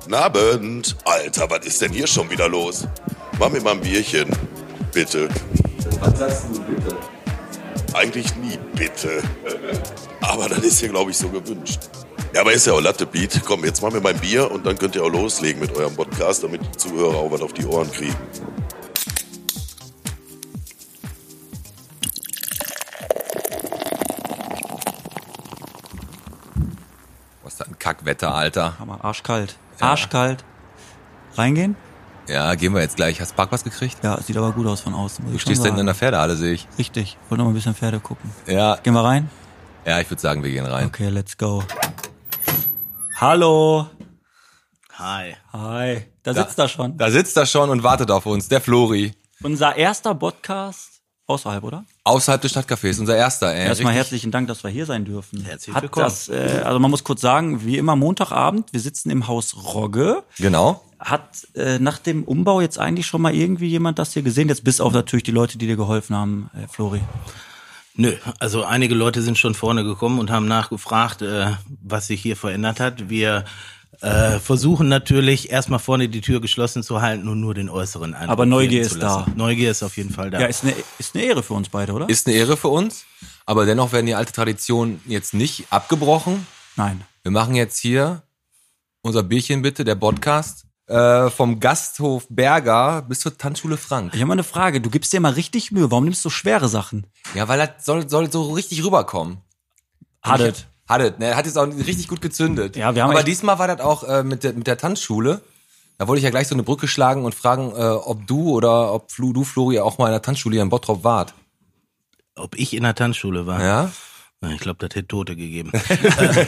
Guten Abend. Alter, was ist denn hier schon wieder los? Mach mir mal ein Bierchen. Bitte. Was sagst du bitte? Eigentlich nie bitte. Aber das ist hier, glaube ich, so gewünscht. Ja, aber ist ja auch Latte Beat. Komm, jetzt mach mir mein Bier und dann könnt ihr auch loslegen mit eurem Podcast, damit die Zuhörer auch was auf die Ohren kriegen. Was da ein Kackwetter, Alter. Hammer, arschkalt. Ja. Arschkalt. Reingehen? Ja, gehen wir jetzt gleich. Hast du Parkplatz gekriegt? Ja, sieht aber gut aus von außen. Muss Du ich schon stehst da hinten in sagen. der Pferdehalle, sehe ich. Richtig. Wollte noch mal ein bisschen Pferde gucken. Ja, Gehen wir rein? ja, ich würde sagen, wir gehen rein. Okay, let's go. Hallo. Hi. Hi. Da sitzt er schon. Da sitzt er schon und wartet auf uns, der Flori. Unser erster Podcast außerhalb, oder? Außerhalb des Stadtcafés, unser erster, ey. Erstmal Richtig- herzlichen Dank, dass wir hier sein dürfen. Herzlich Hat willkommen. Das, äh, also man muss kurz sagen, wie immer Montagabend, wir sitzen im Haus Rogge. Genau. Hat äh, nach dem Umbau jetzt eigentlich schon mal irgendwie jemand das hier gesehen? Jetzt bis auf natürlich die Leute, die dir geholfen haben, äh, Flori. Nö, also einige Leute sind schon vorne gekommen und haben nachgefragt, äh, was sich hier verändert hat. Wir äh, versuchen natürlich erstmal vorne die Tür geschlossen zu halten und nur den äußeren Eindruck. Aber Neugier gelten ist zu lassen. da. Neugier ist auf jeden Fall da. Ja, ist eine, ist eine Ehre für uns beide, oder? Ist eine Ehre für uns. Aber dennoch werden die alte Tradition jetzt nicht abgebrochen. Nein. Wir machen jetzt hier unser Bierchen bitte, der Podcast. Äh, vom Gasthof Berger bis zur Tanzschule Frank. Ich habe mal eine Frage. Du gibst dir mal richtig Mühe. Warum nimmst du schwere Sachen? Ja, weil das soll, soll so richtig rüberkommen. Hattet. Hattet, ne? Hat jetzt auch richtig gut gezündet. Ja, wir haben Aber echt- diesmal war das auch äh, mit, der, mit der Tanzschule. Da wollte ich ja gleich so eine Brücke schlagen und fragen, äh, ob du oder ob Flu, du, Flori, auch mal in der Tanzschule hier in Bottrop wart. Ob ich in der Tanzschule war? Ja? Na, Ich glaube, das hätte Tote gegeben. Äh,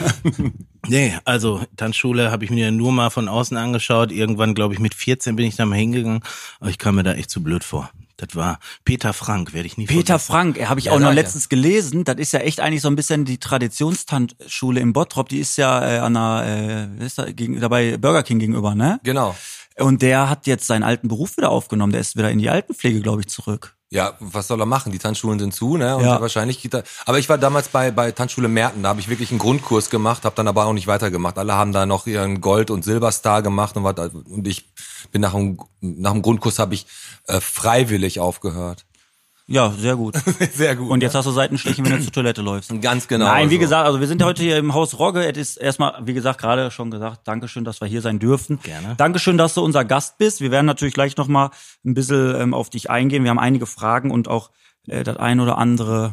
nee, also Tanzschule habe ich mir nur mal von außen angeschaut. Irgendwann, glaube ich, mit 14 bin ich da mal hingegangen. Aber ich kam mir da echt zu blöd vor. Das war Peter Frank, werde ich nie Peter vergessen. Frank, habe ich Ja, auch sag noch ich ja. letztens gelesen. Das ist ja echt eigentlich so ein bisschen die Traditionstanzschule in Bottrop. Die ist ja äh, an der, äh, wie ist da, gegen, dabei Burger King gegenüber, ne? Genau. Und der hat jetzt seinen alten Beruf wieder aufgenommen. Der ist wieder in die Altenpflege, glaube ich, zurück. Ja, was soll er machen? Die Tanzschulen sind zu, ne? Und Ja. wahrscheinlich geht er. Aber ich war damals bei, bei Tanzschule Merten, da habe ich wirklich einen Grundkurs gemacht, habe dann aber auch nicht weitergemacht. Alle haben da noch ihren Gold- und Silberstar gemacht und, was, und ich bin nach dem, nach dem Grundkurs habe ich äh, freiwillig aufgehört. Ja, sehr gut. Sehr gut. Und jetzt hast du Seitenstiche, wenn du zur Toilette läufst. Ganz genau. Nein, wie so. gesagt, also wir sind ja heute hier im Haus Rogge. Es ist erstmal, wie gesagt, gerade schon gesagt, Dankeschön, dass wir hier sein dürfen. Gerne. Dankeschön, dass du unser Gast bist. Wir werden natürlich gleich nochmal ein bisschen ähm, auf dich eingehen. Wir haben einige Fragen und auch äh, das ein oder andere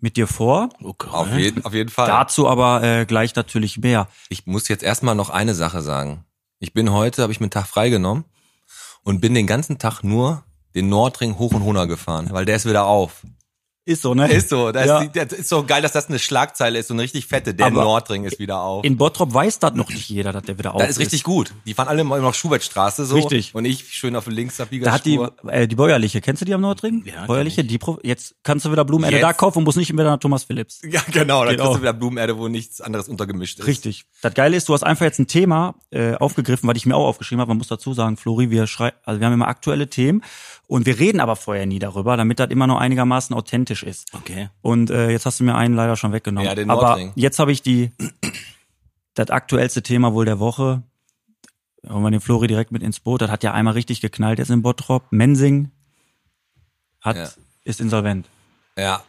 mit dir vor. Okay. Auf jeden, auf jeden Fall. Dazu aber äh, gleich natürlich mehr. Ich muss jetzt erstmal noch eine Sache sagen. Ich bin heute, habe ich mir einen Tag freigenommen und bin den ganzen Tag nur den Nordring hoch und runter gefahren, weil der ist wieder auf. Ist so, ne? Ist so, das, Ja. ist, das ist so geil, dass das eine Schlagzeile ist, so eine richtig fette. Der Aber Nordring ist wieder auf. In Bottrop weiß das noch nicht jeder, dass der wieder auf Das ist richtig gut. Die fahren alle immer noch Schubertstraße so. Richtig. Und ich schön auf der Linksabbiegerspur. Da hat die, äh, die bäuerliche, kennst du die am Nordring? Ja, kenn bäuerliche, die Pro jetzt kannst du wieder Blumenerde Jetzt? da kaufen und musst nicht wieder nach Thomas Phillips. Ja, genau. Da Geht kriegst auch. du wieder Blumenerde, wo nichts anderes untergemischt ist. Richtig. Das Geile ist, du hast einfach jetzt ein Thema äh, aufgegriffen, was ich mir auch aufgeschrieben habe. Man muss dazu sagen, Flori, wir schrei also wir haben immer aktuelle Themen und wir reden aber vorher nie darüber, damit das immer noch einigermaßen authentisch ist. Okay. Und äh, jetzt hast du mir einen leider schon weggenommen. Ja, den aber Nordring. jetzt habe ich die das aktuellste Thema wohl der Woche. Holen wir den Flori direkt mit ins Boot. Das hat ja einmal richtig geknallt jetzt in Bottrop. Mensing hat Ja. ist insolvent. Ja.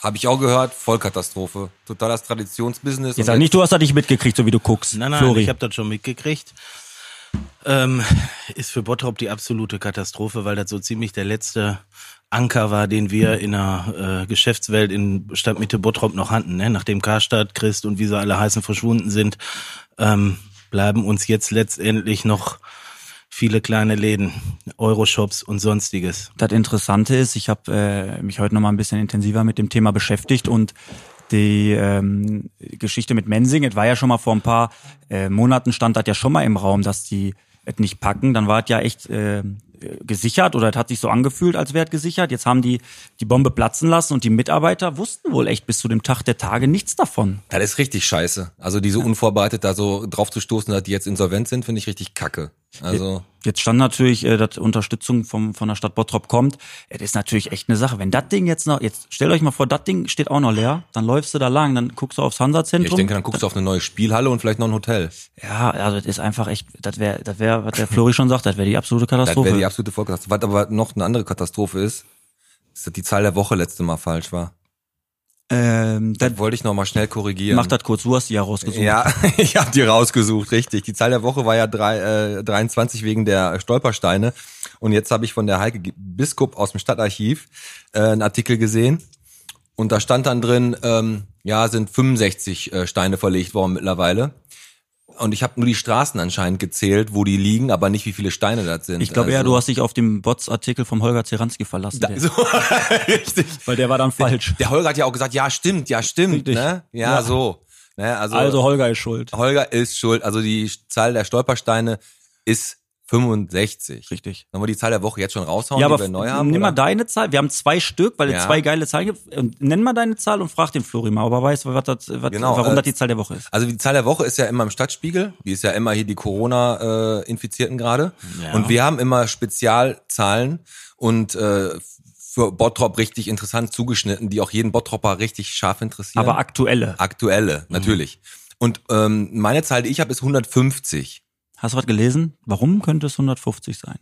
Habe ich auch gehört. Vollkatastrophe. Total das Traditionsbusiness. Und Jetzt sag nicht, du hast das nicht mitgekriegt, so wie du guckst. Nein, nein, Flori. ich habe das schon mitgekriegt. Ähm, ist für Bottrop die absolute Katastrophe, weil das so ziemlich der letzte Anker war, den wir in der äh, Geschäftswelt in Stadtmitte Bottrop noch hatten. Ne? Nachdem Karstadt, Christ und wie sie alle heißen verschwunden sind, ähm, bleiben uns jetzt letztendlich noch viele kleine Läden, Euroshops und sonstiges. Das Interessante ist, ich habe äh, mich heute noch mal ein bisschen intensiver mit dem Thema beschäftigt und die ähm, Geschichte mit Mensing, es war ja schon mal vor ein paar äh, Monaten stand das ja schon mal im Raum, dass die es nicht packen. Dann war es ja echt äh, gesichert oder es hat sich so angefühlt, als wäre es gesichert. Jetzt haben die die Bombe platzen lassen und die Mitarbeiter wussten wohl echt bis zu dem Tag der Tage nichts davon. Das ist richtig scheiße. Also diese unvorbereitet da so drauf zu stoßen, dass die jetzt insolvent sind, finde ich richtig kacke. Also Jetzt stand natürlich, äh, dass Unterstützung vom, von der Stadt Bottrop kommt. Es ist natürlich echt eine Sache. Wenn das Ding jetzt noch, jetzt stellt euch mal vor, das Ding steht auch noch leer, dann läufst du da lang, dann guckst du aufs ja, Hansa-Zentrum. ich denke, dann guckst du auf eine neue Spielhalle und vielleicht noch ein Hotel. Ja, also das ist einfach echt, das wäre, das wäre, was der Flori schon sagt, das wäre die absolute Das Katastrophe. wäre die absolute Vollkatastrophe. Was aber noch eine andere Katastrophe ist, ist, dass die Zahl der Woche letzte Mal falsch war. ähm, dann Das wollte ich noch mal schnell korrigieren. mach das kurz, du hast die ja rausgesucht. Ja, ich habe die rausgesucht, richtig. Die Zahl der Woche war ja drei, äh, 23 wegen der Stolpersteine. Und jetzt habe ich von der Heike G- Biskup aus dem Stadtarchiv äh, einen Artikel gesehen. Und da stand dann drin, ähm, ja, sind 65 äh, Steine verlegt worden mittlerweile. Und ich habe nur die Straßen anscheinend gezählt, wo die liegen, aber nicht, wie viele Steine das sind. Ich glaube eher, Also- du hast dich auf den Bots-Artikel vom Holger Zeranski verlassen. Da, der- so, richtig. Weil der war dann falsch. Der Holger hat ja auch gesagt, ja, stimmt, ja, stimmt. Richtig. Ne? Ja, Ja. so. Ne? Also, Also Holger ist schuld. Holger ist schuld. Also die Zahl der Stolpersteine ist 65. Richtig. Sollen wir die Zahl der Woche jetzt schon raushauen, Ja, die aber wir neu haben? nimm mal oder? deine Zahl. Wir haben zwei Stück, weil Ja. es zwei geile Zahlen gibt. Und Nenn mal deine Zahl und frag den Flori mal, ob er weiß, was, das- was, Genau, warum äh, das die Zahl der Woche ist. Also die Zahl der Woche ist ja immer im Stadtspiegel. Die ist ja immer hier die Corona-Infizierten gerade. Ja. Und wir haben immer Spezialzahlen und äh, für Bottrop richtig interessant zugeschnitten, die auch jeden Bottropper richtig scharf interessieren. Aber aktuelle. Mhm. aktuelle, natürlich. Und ähm, meine Zahl, die ich habe, ist 150. Hast du was gelesen? Warum könnte es 150 sein?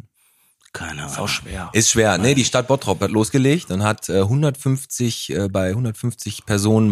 Keine Ist auch Ahnung. schwer. Ist schwer. Nee, die Stadt Bottrop hat losgelegt und hat äh, 150 äh, bei 150 Personen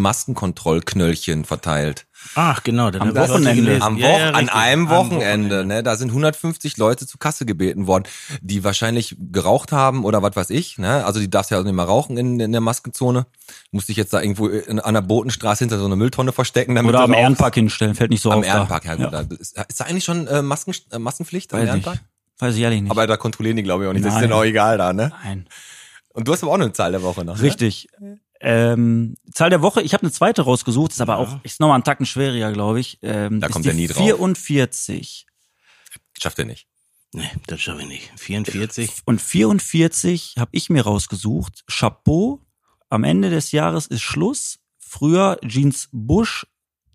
Maskenkontrollknöllchen verteilt. Ach, genau. dann Am hab ich das Wochenende. gelesen. Am Woch Ja, ja, an richtig. einem Am Wochenende, ne? Da sind 150 Leute zu Kasse gebeten worden, die wahrscheinlich geraucht haben oder was weiß ich, ne? Also die darfst ja auch nicht mehr rauchen in, in der Maskenzone. Musste ich jetzt da irgendwo in, an der Botenstraße hinter so eine Mülltonne verstecken, damit Oder du am rauchst. Ehrenpark hinstellen, fällt nicht so Am auf. da. Ehrenpark, ja gut. Da Ist, ist da eigentlich schon äh, Masken, äh, Maskenpflicht am Weiß ich. Ehrenpark? Weiß ich ehrlich nicht. Aber da kontrollieren die, glaube ich, auch nicht. Das ist Nein. denen auch egal da, ne? Nein. Und du hast aber auch eine Zahl der Woche noch. Ne? Richtig. Ähm, Zahl der Woche, ich habe eine zweite rausgesucht, ist aber auch, ist nochmal einen Tacken schwieriger, glaube ich. Ähm, Da ist kommt die er nie drauf. 44. Schafft er nicht. Nee, das schaffe ich nicht. 44. Und 44 habe ich mir rausgesucht. Chapeau. Am Ende des Jahres ist Schluss. Früher Jeans Bush,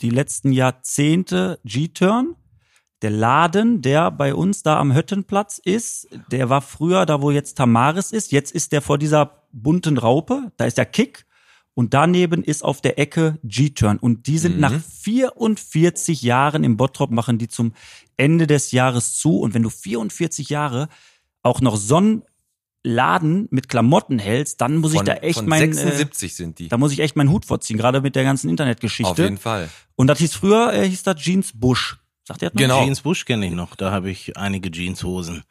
die letzten Jahrzehnte G-Turn. Der Laden, der bei uns da am Höttenplatz ist, der war früher da, wo jetzt Tamaris ist. Jetzt ist der vor dieser bunten Raupe. Da ist der Kick. Und daneben ist auf der Ecke G-Turn. Und die sind Mhm. nach 44 Jahren im Bottrop, machen die zum Ende des Jahres zu. Und wenn du 44 Jahre auch noch so einen Laden mit Klamotten hältst, dann muss ich da echt von meinen, äh, 76 sind die. da muss ich echt meinen Hut vorziehen, gerade mit der ganzen Auf jeden Internetgeschichte. Fall. Und das hieß früher, äh, hieß das Jeans Bush. Sagt ihr das noch? Genau. Jeans Bush kenne ich noch. Da habe ich einige Jeanshosen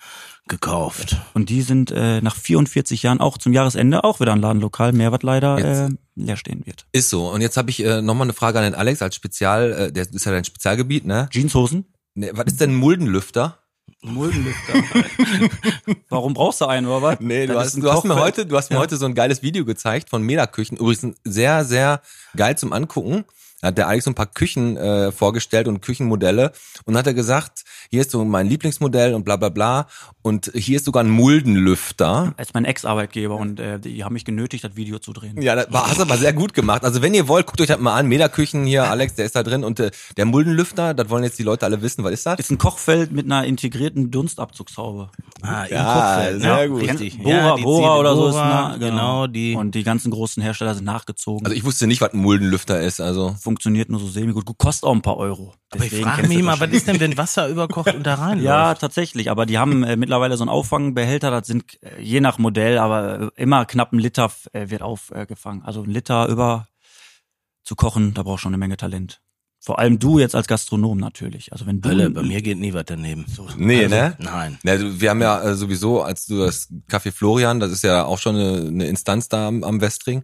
gekauft. Und die sind äh, nach 44 Jahren auch zum Jahresende auch wieder ein Ladenlokal, mehr was leider äh, Jetzt- leer stehen wird. Ist so. Und jetzt habe ich äh, nochmal eine Frage an den Alex als Spezial, äh, der ist ja dein Spezialgebiet, ne? Jeanshosen? ne was ist denn ein Muldenlüfter? Warum brauchst du einen, oder was? Nee, du Das hast, ist ein du hast mir Kochfeld. heute, du hast mir heute so ein geiles Video gezeigt von Mela-Küchen. Übrigens ein sehr, sehr geil zum Angucken. Da hat der Alex so ein paar Küchen äh, vorgestellt und Küchenmodelle und hat er gesagt, hier ist so mein Lieblingsmodell und bla bla bla und hier ist sogar ein Muldenlüfter. Als mein Ex-Arbeitgeber und äh, die haben mich genötigt, das Video zu drehen. Ja, das war, hast aber sehr gut gemacht. Also wenn ihr wollt, guckt euch das mal an. Mederküchen hier, Alex, der ist da drin. Und äh, der Muldenlüfter, das wollen jetzt die Leute alle wissen. Was ist das? Ist ein Kochfeld mit einer integrierten Dunstabzugshaube. Ah, Ja, Kopfhörer, sehr ja, gut. Richtig. Bora, ja, die Bora Ziele- oder so ist Bora, ne? nah, genau die. Und die ganzen großen Hersteller sind nachgezogen. Also ich wusste nicht, was ein Muldenlüfter ist. Also Funktioniert nur so semi gut. Gut, Kostet auch ein paar Euro. aber ich Deswegen frage kennst du mich das immer, schon. was ist denn, wenn Wasser überkocht und da rein? Ja, tatsächlich. Aber die haben äh, mittlerweile so einen Auffangbehälter. Das sind äh, je nach Modell, aber äh, immer knapp ein Liter äh, wird aufgefangen. also ein Liter über zu kochen, da brauchst du schon eine Menge Talent. Vor allem du jetzt als Gastronom natürlich. Also wenn du Hölle, bei mir geht nie was daneben. Also, Nee, ne? Nein. na, du- wir haben ja äh, sowieso, als du das Café Florian, das ist ja auch schon eine, eine Instanz da am, am Westring,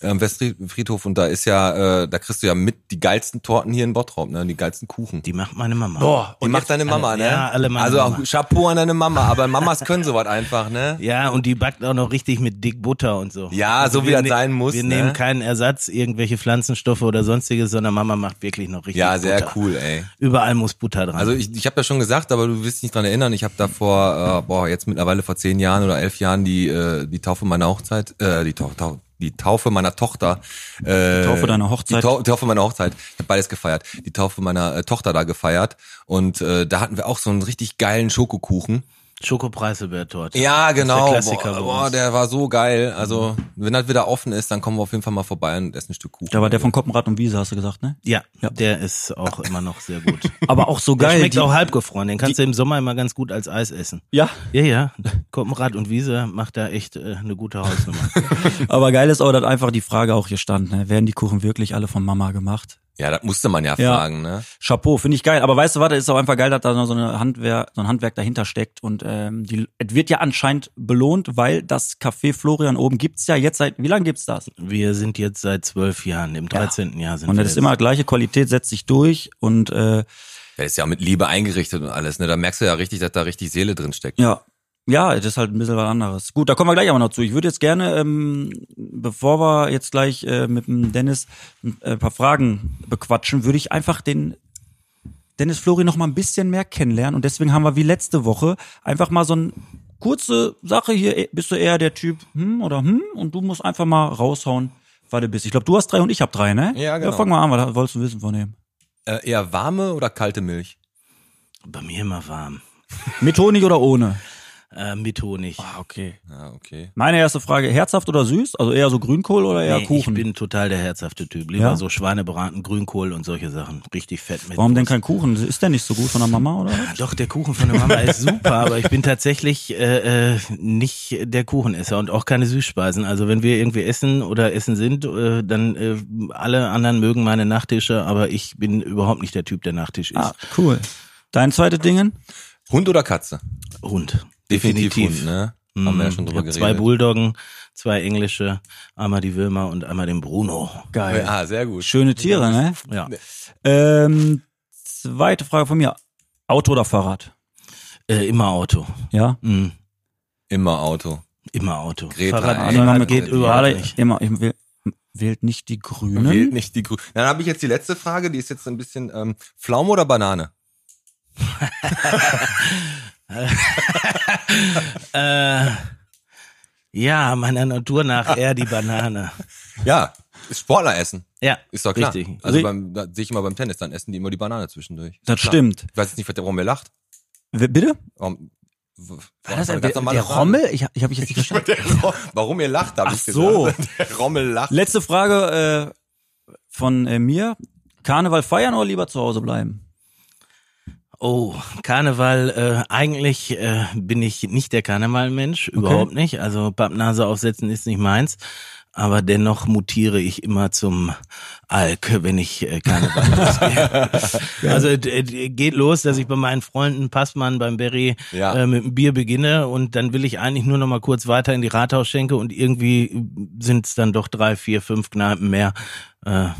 äh, am Westfriedhof. Und da ist ja, äh, da kriegst du ja mit die geilsten Torten hier in Bottrop, ne? die geilsten Kuchen. Die macht meine Mama. Boah, Die macht deine Mama, alle- ne? ja, alle meine also auch Mama. Chapeau an deine Mama. Aber Mamas können sowas einfach, ne? Ja, und die backt auch noch richtig mit dick Butter und so. Ja, so wie wir das ne- sein muss, Wir ne? nehmen keinen Ersatz, irgendwelche Pflanzenstoffe oder sonstiges, sondern Mama macht wirklich noch richtig Ja, sehr Butter. cool, ey. Überall muss Butter dran. Also ich, ich habe das schon gesagt, aber du wirst dich dran erinnern. Ich habe da vor, äh, boah, jetzt mittlerweile vor zehn Jahren oder elf Jahren die, äh, die Taufe meiner Hochzeit, äh, die Tau Tau die Taufe meiner Tochter. Äh, Die Taufe deiner Hochzeit. Die Tau Taufe meiner Hochzeit. Ich habe beides gefeiert. Die Taufe meiner äh, Tochter da gefeiert. Und äh, da hatten wir auch so einen richtig geilen Schokokuchen. Schokopreiselbeertorte. Ja, genau. Das ist der Klassiker bei boah, boah, uns. der war so geil. Also, wenn das wieder offen ist, dann kommen wir auf jeden Fall mal vorbei und essen ein Stück Kuchen. Da war der von Koppenrad und Wiese, hast du gesagt, ne? Ja, Ja. der ist auch immer noch sehr gut. Aber auch so Der geil. schmeckt die- auch halbgefroren. Den kannst du im Sommer immer ganz gut als Eis essen. ja, Ja, ja. Koppenrad und Wiese macht da echt äh, eine gute Hausnummer. aber geil ist auch, dass einfach die Frage auch hier stand, ne? Werden die Kuchen wirklich alle von Mama gemacht? Ja, das musste man ja, Ja. fragen, ne? Chapeau, finde ich geil. Aber weißt du, warte, ist auch einfach geil, dass da noch so, eine Handwer so ein Handwerk dahinter steckt. Und ähm, die, es wird ja anscheinend belohnt, weil das Café Florian oben gibt's ja jetzt seit, wie lange gibt's das? Wir sind jetzt seit zwölf Jahren, im 13. Jahr sind Und wir. das ist jetzt. immer gleiche Qualität, setzt sich durch und äh, Der ist ja mit Liebe eingerichtet und alles, ne? Da merkst du ja richtig, dass da richtig Seele drin steckt. Ja. Ja, das ist halt ein bisschen was anderes. Gut, da kommen wir gleich aber noch zu. Ich würde jetzt gerne, ähm, bevor wir jetzt gleich äh, mit dem Dennis ein äh, paar Fragen bequatschen, würde ich einfach den Dennis Flori noch mal ein bisschen mehr kennenlernen. Und deswegen haben wir wie letzte Woche einfach mal so eine kurze Sache hier. eh, Bist du eher der Typ, hm oder hm? Und du musst einfach mal raushauen, was du bist. Ich glaube, du hast drei und ich habe drei, ne? Ja, genau. Ja, fang mal an, was wolltest du wissen von dem? Äh, eher warme oder kalte Milch? Bei mir immer warm. Mit Honig oder ohne? Äh, mit Honig. Ah, okay. Ja, okay. Meine erste Frage, herzhaft oder süß? Also eher so Grünkohl oder eher Nee, Kuchen? Ich bin total der herzhafte Typ. Lieber Ja? so Schweinebraten, Grünkohl und solche Sachen. Richtig fett mit. Warum denn Wurst. kein Kuchen? Ist der nicht so gut von der Mama oder? Ah, Doch, der Kuchen von der Mama ist super, aber ich bin tatsächlich äh, äh, nicht der Kuchenesser und auch keine Süßspeisen. Also wenn wir irgendwie essen oder essen sind, äh, dann äh, alle anderen mögen meine Nachtische, aber ich bin überhaupt nicht der Typ, der Nachtisch isst. Ah, Ah. cool. Dein zweites Dingen? Hund oder Katze? Hund. Mhm. Definitiv, Hund, ne? Haben wir ja schon Ich drüber hab geredet. zwei Bulldoggen, zwei englische, einmal die Würmer und einmal den Bruno. Geil. Ah, sehr gut. Schöne Tiere, ne? Ja. Ähm, zweite Frage von mir. Auto oder Fahrrad? Äh, immer Auto. Ja. Mhm. Immer Auto. Immer Auto. Greta, Fahrrad, ey. Fahrrad Immer geht mit- überhaupt Alle- nicht. Immer, ich will, wählt nicht die Grünen. Wählt nicht die Grünen. Dann habe ich jetzt die letzte Frage, die ist jetzt ein bisschen ähm, Pflaume oder Banane? Äh, ja, meiner Natur nach eher die Banane. Ja, ist Sportler essen. Ja, Ist doch klar. Richtig. Also Ri- beim, da sehe ich immer beim Tennis, dann essen die immer die Banane zwischendurch. Das Klar. stimmt. Ich weiß jetzt nicht, warum er lacht. W- Bitte? Warum, w- War war das eine der, ganz normale der Frage. Rommel? Ich, hab- ich habe jetzt nicht verstanden. Der Ro- Warum ihr lacht, habe Ach ich gesagt. so. Der Rommel lacht. Letzte Frage äh, von äh, mir. Karneval feiern oder lieber zu Hause bleiben? Oh, Karneval, äh, eigentlich äh, bin ich nicht der Karnevalmensch, überhaupt nicht. Also Pappnase aufsetzen ist nicht meins. Aber dennoch mutiere ich immer zum Alk, wenn ich äh, Karneval losgehe. also d- d- geht los, dass ich bei meinen Freunden Passmann beim Berry Ja. äh, mit einem Bier beginne und dann will ich eigentlich nur noch mal kurz weiter in die Rathausschenke und irgendwie sind es dann doch drei, vier, fünf Kneipen mehr. Äh,